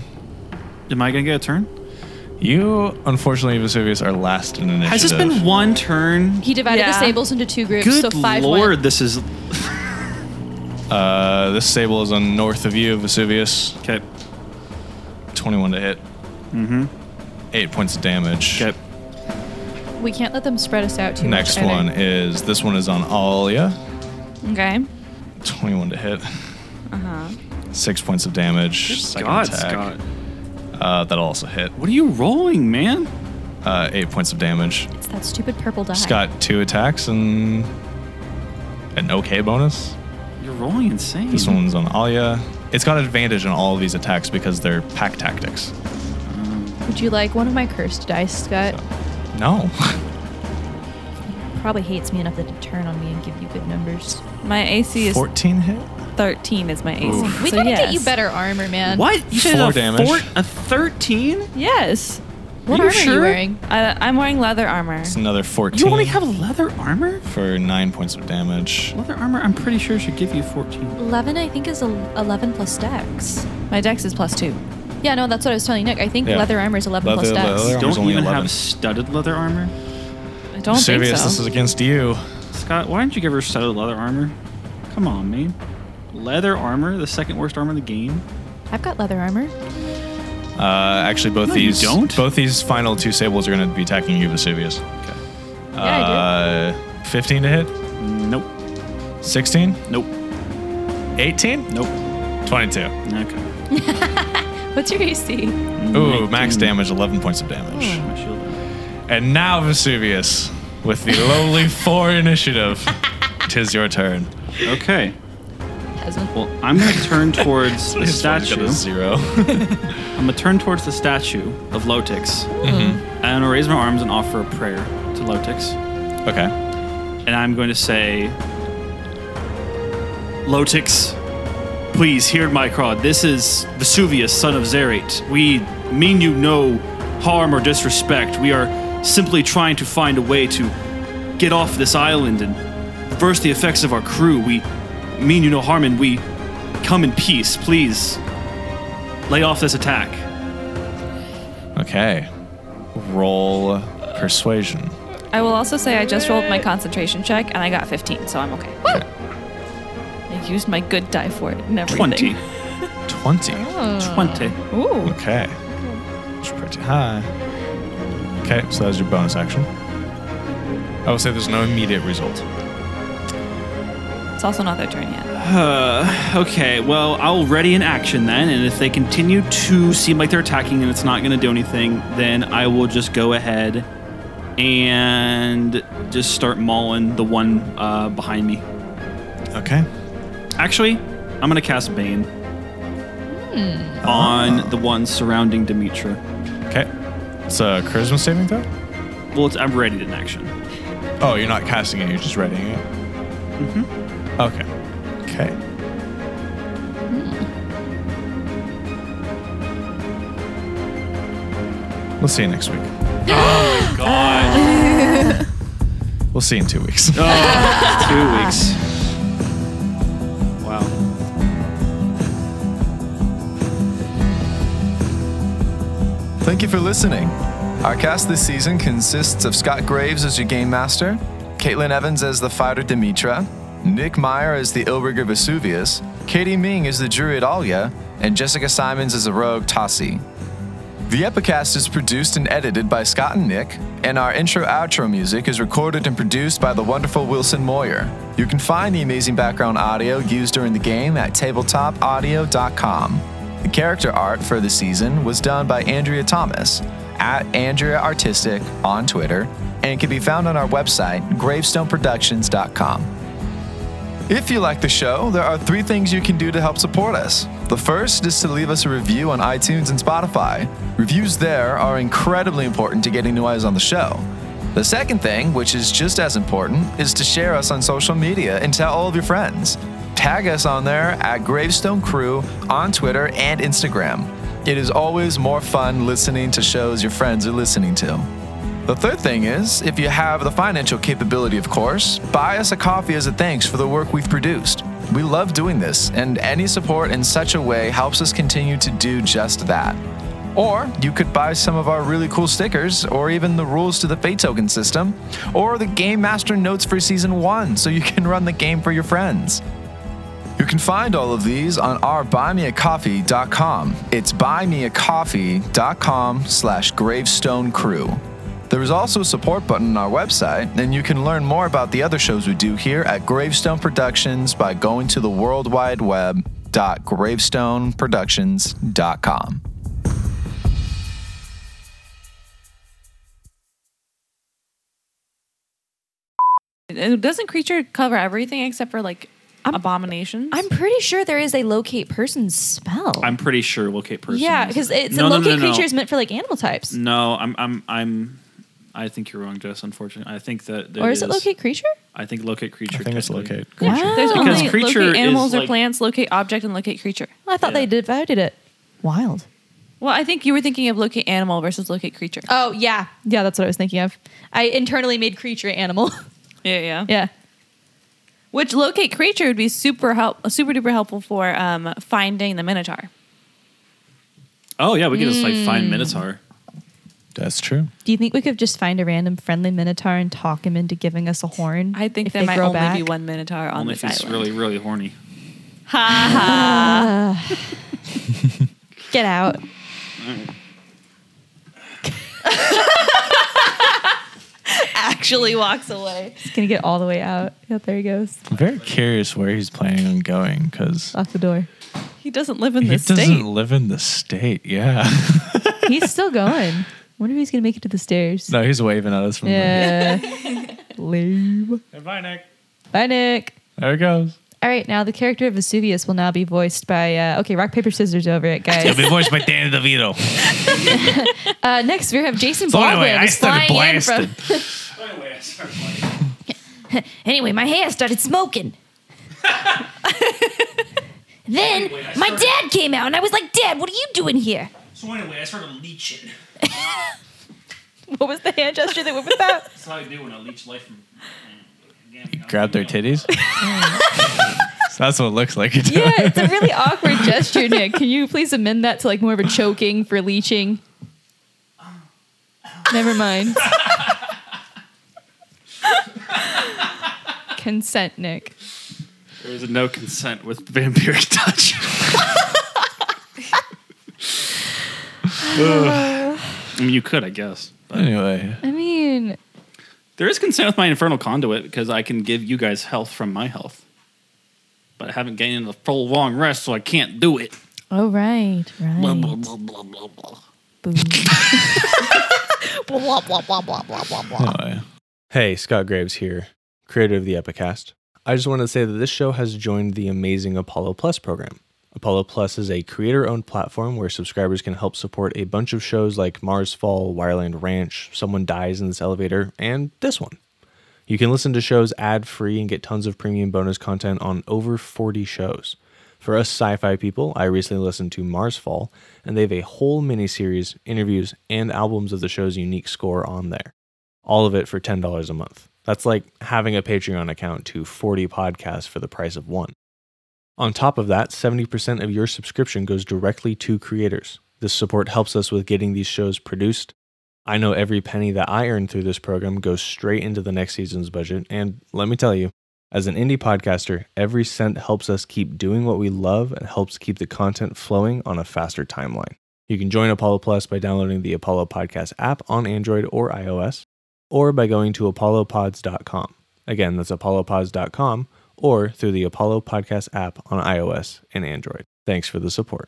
[SPEAKER 4] Am I gonna get a turn?
[SPEAKER 7] You, unfortunately, Vesuvius, are last in initiative.
[SPEAKER 4] Has this been one turn?
[SPEAKER 6] He divided
[SPEAKER 5] Yeah.
[SPEAKER 6] the sables into two groups,
[SPEAKER 4] Good
[SPEAKER 6] so five
[SPEAKER 4] lord,
[SPEAKER 6] went.
[SPEAKER 4] this is
[SPEAKER 7] Uh, this Sable is on north of you, Vesuvius.
[SPEAKER 4] okay.
[SPEAKER 7] 21 to hit.
[SPEAKER 4] Mm-hmm.
[SPEAKER 7] Eight points of damage.
[SPEAKER 4] Okay.
[SPEAKER 6] We can't let them spread us out too
[SPEAKER 7] Next
[SPEAKER 6] much. either.
[SPEAKER 7] one is this one is on Alia.
[SPEAKER 5] Okay.
[SPEAKER 7] 21 to hit. Six points of damage. Second
[SPEAKER 4] God,
[SPEAKER 7] attack.
[SPEAKER 4] Scott,
[SPEAKER 7] Uh, that'll also hit.
[SPEAKER 4] what are you rolling, man?
[SPEAKER 7] Uh, eight points of damage.
[SPEAKER 9] It's that stupid purple die.
[SPEAKER 7] Just got two attacks and an okay bonus.
[SPEAKER 4] You're rolling insane.
[SPEAKER 7] This one's on Alia. It's got advantage on all of these attacks because they're pack tactics.
[SPEAKER 6] Would you like one of my cursed dice, Scott?
[SPEAKER 7] No.
[SPEAKER 2] Probably hates me enough to turn on me and give you good numbers.
[SPEAKER 5] My AC is
[SPEAKER 7] 14 hit?
[SPEAKER 5] 13 is my AC.
[SPEAKER 6] We
[SPEAKER 5] So
[SPEAKER 6] gotta get
[SPEAKER 5] yes.
[SPEAKER 6] you better armor, man.
[SPEAKER 4] What? You said
[SPEAKER 7] Four
[SPEAKER 4] a
[SPEAKER 7] damage.
[SPEAKER 4] Fort, a thirteen?
[SPEAKER 5] Yes.
[SPEAKER 6] What
[SPEAKER 4] Are
[SPEAKER 6] armor
[SPEAKER 4] you
[SPEAKER 6] are
[SPEAKER 4] sure?
[SPEAKER 6] you wearing?
[SPEAKER 5] I, I'm wearing leather armor.
[SPEAKER 7] It's another 14.
[SPEAKER 4] You only have leather armor.
[SPEAKER 7] for nine points of damage.
[SPEAKER 4] Leather armor, I'm pretty sure should give you fourteen.
[SPEAKER 9] Eleven, I think, is a- eleven plus dex.
[SPEAKER 5] My dex is plus two.
[SPEAKER 6] Yeah, no, that's what I was telling Nick. I think
[SPEAKER 7] Yeah.
[SPEAKER 6] leather armor is 11 plus
[SPEAKER 7] Leather-
[SPEAKER 6] dex.
[SPEAKER 7] leather- Their armor's
[SPEAKER 4] Don't
[SPEAKER 7] only
[SPEAKER 4] even
[SPEAKER 7] 11.
[SPEAKER 4] have studded leather armor,
[SPEAKER 5] I don't
[SPEAKER 7] Vesuvius,
[SPEAKER 5] think so.
[SPEAKER 7] this is against you.
[SPEAKER 4] Scott. Why didn't you give her studded leather armor? Come on, man. Leather armor, the second worst armor in the game.
[SPEAKER 6] I've got leather armor.
[SPEAKER 7] Uh, actually, both
[SPEAKER 4] No, you
[SPEAKER 7] these
[SPEAKER 4] don't.
[SPEAKER 7] both these final two sables are going to be attacking you, Vesuvius. Okay.
[SPEAKER 6] Yeah,
[SPEAKER 7] uh, 15 to hit,
[SPEAKER 4] Nope.
[SPEAKER 7] 16,
[SPEAKER 4] Nope.
[SPEAKER 7] 18,
[SPEAKER 4] Nope.
[SPEAKER 7] 22.
[SPEAKER 4] Okay.
[SPEAKER 6] What's your AC?
[SPEAKER 7] Ooh, max
[SPEAKER 4] 19.
[SPEAKER 7] damage, 11 points of damage.
[SPEAKER 4] My shield.
[SPEAKER 7] And now, Vesuvius, with the lowly four initiative, tis your turn.
[SPEAKER 4] Okay. Well, I'm gonna turn towards the
[SPEAKER 7] It's funny, got
[SPEAKER 4] statue.
[SPEAKER 7] a Zero.
[SPEAKER 4] I'm gonna turn towards the statue of Lotix. And I'm gonna raise my arms and offer a prayer to Lotix.
[SPEAKER 7] okay.
[SPEAKER 4] And I'm going to say, Lotix, please hear my cry. This is Vesuvius, son of Zerate. We mean you no harm or disrespect. We are simply trying to find a way to get off this island and reverse the effects of our crew. We mean you no harm and we come in peace. Please lay off this attack.
[SPEAKER 7] Okay. Roll persuasion.
[SPEAKER 5] I will also say I just rolled my concentration check and I got 15, so I'm okay. I used my good die for it and everything.
[SPEAKER 4] 20.
[SPEAKER 7] 20.
[SPEAKER 4] 20.
[SPEAKER 5] Ooh.
[SPEAKER 7] Okay. It's pretty high. Okay, so that's your bonus action. I would say there's no immediate result.
[SPEAKER 5] It's also not their turn yet.
[SPEAKER 4] Uh, okay, well, I'll ready an action then, and if they continue to seem like they're attacking and it's not going to do anything, then I will just go ahead and just start mauling the one uh, behind me.
[SPEAKER 7] Okay.
[SPEAKER 4] Actually, I'm going to cast Bane
[SPEAKER 6] Hmm.
[SPEAKER 4] on the one surrounding Demetra.
[SPEAKER 7] Okay. It's a charisma saving throw?
[SPEAKER 4] Well, it's, I'm ready an action.
[SPEAKER 7] Oh, you're not casting it, you're just readying it? Mm-hmm. Okay. Mm-hmm. Okay. We'll see you next week.
[SPEAKER 4] God,
[SPEAKER 7] We'll see you in two weeks.
[SPEAKER 4] two weeks. Wow.
[SPEAKER 3] Thank you for listening. Our cast this season consists of Scott Graves as your game master, Caitlin Evans as the fighter Demetra, Nick Meyer as the Illrigger Vesuvius, Katie Ming as the druid Alia, and Jessica Simons as the rogue Tassi. The Epicast is produced and edited by Scott and Nick, and our intro outro music is recorded and produced by the wonderful Wilson Moyer. You can find the amazing background audio used during the game at tabletopaudio.com. The character art for the season was done by Andrea Thomas at Andrea Artistic on Twitter and can be found on our website, gravestoneproductions.com. If you like the show, there are three things you can do to help support us. The first is to leave us a review on iTunes and Spotify. Reviews there are incredibly important to getting new eyes on the show. The second thing, which is just as important, is to share us on social media and tell all of your friends. Tag us on there at Gravestone Crew on Twitter and Instagram. It is always more fun listening to shows your friends are listening to. The third thing is, if you have the financial capability, of course, buy us a coffee as a thanks for the work we've produced. We love doing this, and any support in such a way helps us continue to do just that. Or you could buy some of our really cool stickers, or even the rules to the Fate Token system, or the Game Master notes for Season 1 so you can run the game for your friends. You can find all of these on our buymeacoffee.com. It's buymeacoffee.com slash gravestone crew. There is also a support button on our website, and you can learn more about the other shows we do here at Gravestone Productions by going to the World Wide Web dot gravestoneproductions.com.
[SPEAKER 5] It- Doesn't creature cover everything except for like abominations?
[SPEAKER 6] I'm pretty sure there is a locate person spell.
[SPEAKER 4] I'm pretty sure locate person.
[SPEAKER 6] yeah,
[SPEAKER 4] is-
[SPEAKER 6] because it's
[SPEAKER 4] No,
[SPEAKER 6] a
[SPEAKER 4] no, no,
[SPEAKER 6] locate
[SPEAKER 4] no, no.
[SPEAKER 6] creature is meant for like animal types.
[SPEAKER 4] No, I'm I'm I'm I think you're wrong, Jess, unfortunately. I think that that
[SPEAKER 6] or is it locate creature?
[SPEAKER 4] I think locate creature.
[SPEAKER 7] I think it's
[SPEAKER 4] technically.
[SPEAKER 7] locate.
[SPEAKER 6] Wow.
[SPEAKER 5] There's
[SPEAKER 4] Because
[SPEAKER 5] only
[SPEAKER 4] creature
[SPEAKER 5] locate
[SPEAKER 4] is
[SPEAKER 5] animals or
[SPEAKER 4] like-
[SPEAKER 5] plants, locate object, and locate creature.
[SPEAKER 6] I thought
[SPEAKER 4] Yeah.
[SPEAKER 6] they divided it. Wild.
[SPEAKER 5] Well, I think you were thinking of locate animal versus locate creature.
[SPEAKER 6] Oh yeah, yeah. That's what I was thinking of. I internally made creature animal.
[SPEAKER 5] yeah, yeah,
[SPEAKER 6] yeah.
[SPEAKER 5] Which locate creature would be super help, super duper helpful for um, finding the minotaur.
[SPEAKER 4] Oh yeah, we could just like
[SPEAKER 6] Hmm.
[SPEAKER 4] find Minotaur.
[SPEAKER 7] That's true.
[SPEAKER 6] Do you think we could just find a random friendly minotaur and talk him into giving us a horn?
[SPEAKER 5] I think
[SPEAKER 6] if
[SPEAKER 5] there
[SPEAKER 6] they
[SPEAKER 5] might
[SPEAKER 6] grow
[SPEAKER 5] only
[SPEAKER 6] back?
[SPEAKER 5] be one minotaur on
[SPEAKER 4] Only if
[SPEAKER 5] this
[SPEAKER 4] he's
[SPEAKER 5] island.
[SPEAKER 4] really really horny.
[SPEAKER 6] Get out.
[SPEAKER 5] actually walks away.
[SPEAKER 6] He's gonna get all the way out. Yeah, there he goes.
[SPEAKER 7] I'm very curious where he's planning on going because
[SPEAKER 6] Lock the door.
[SPEAKER 5] He doesn't live in
[SPEAKER 7] he
[SPEAKER 5] this
[SPEAKER 7] doesn't
[SPEAKER 5] state.
[SPEAKER 7] live in the state. Yeah.
[SPEAKER 6] He's still going. Wonder if he's gonna make it to the stairs.
[SPEAKER 7] no, he's waving at us from
[SPEAKER 6] Yeah. Lame.
[SPEAKER 7] the. Bye, Nick.
[SPEAKER 6] Bye, Nick.
[SPEAKER 7] There he goes.
[SPEAKER 6] All right, now the character of Vesuvius will now be voiced by uh, okay, rock paper scissors over it, guys.
[SPEAKER 7] be voiced by Danny DeVito.
[SPEAKER 6] Uh, next, we have Jason Baldwin. who's flying in from- Anyway, my hair started smoking. then my dad came out, and I was like, "Dad, what are you doing here?"
[SPEAKER 4] So anyway, I started leeching.
[SPEAKER 6] What was the hand gesture that went with that?
[SPEAKER 4] That's how I do when I leech life from.
[SPEAKER 7] Grab their titties. That's what it looks like.
[SPEAKER 6] yeah, it's a really awkward gesture, Nick. Can you please amend that to like more of a choking for leeching? Never mind. Consent, Nick.
[SPEAKER 4] There is no consent with vampiric touch. I mean, you could, I guess.
[SPEAKER 3] Anyway,
[SPEAKER 6] I mean,
[SPEAKER 4] there is concern with my infernal conduit because I can give you guys health from my health, but I haven't gained a full long rest, so I can't do it.
[SPEAKER 6] oh right, right.
[SPEAKER 4] Blah, blah, blah, blah, blah, blah.
[SPEAKER 2] blah, blah, blah, blah, blah, blah, blah.
[SPEAKER 1] Hey, Scott Graves here, creator of the Epicast. I just wanted to say that this show has joined the amazing Apollo Plus program. Apollo Plus is a creator owned platform where subscribers can help support a bunch of shows like Mars Fall, Wireland Ranch, Someone Dies in This Elevator, and this one. You can listen to shows ad free and get tons of premium bonus content on over 40 shows. For us sci fi people, I recently listened to Mars Fall, and they have a whole miniseries, interviews, and albums of the show's unique score on there. All of it for $10 a month. That's like having a Patreon account to 40 podcasts for the price of one. On top of that, 70% of your subscription goes directly to creators. This support helps us with getting these shows produced. I know every penny that I earn through this program goes straight into the next season's budget. And let me tell you, as an indie podcaster, every cent helps us keep doing what we love and helps keep the content flowing on a faster timeline. You can join Apollo Plus by downloading the Apollo Podcast app on Android or iOS, or by going to apollopods.com. Again, that's apollopods.com or through the Apollo Podcast app on iOS and Android. Thanks for the support.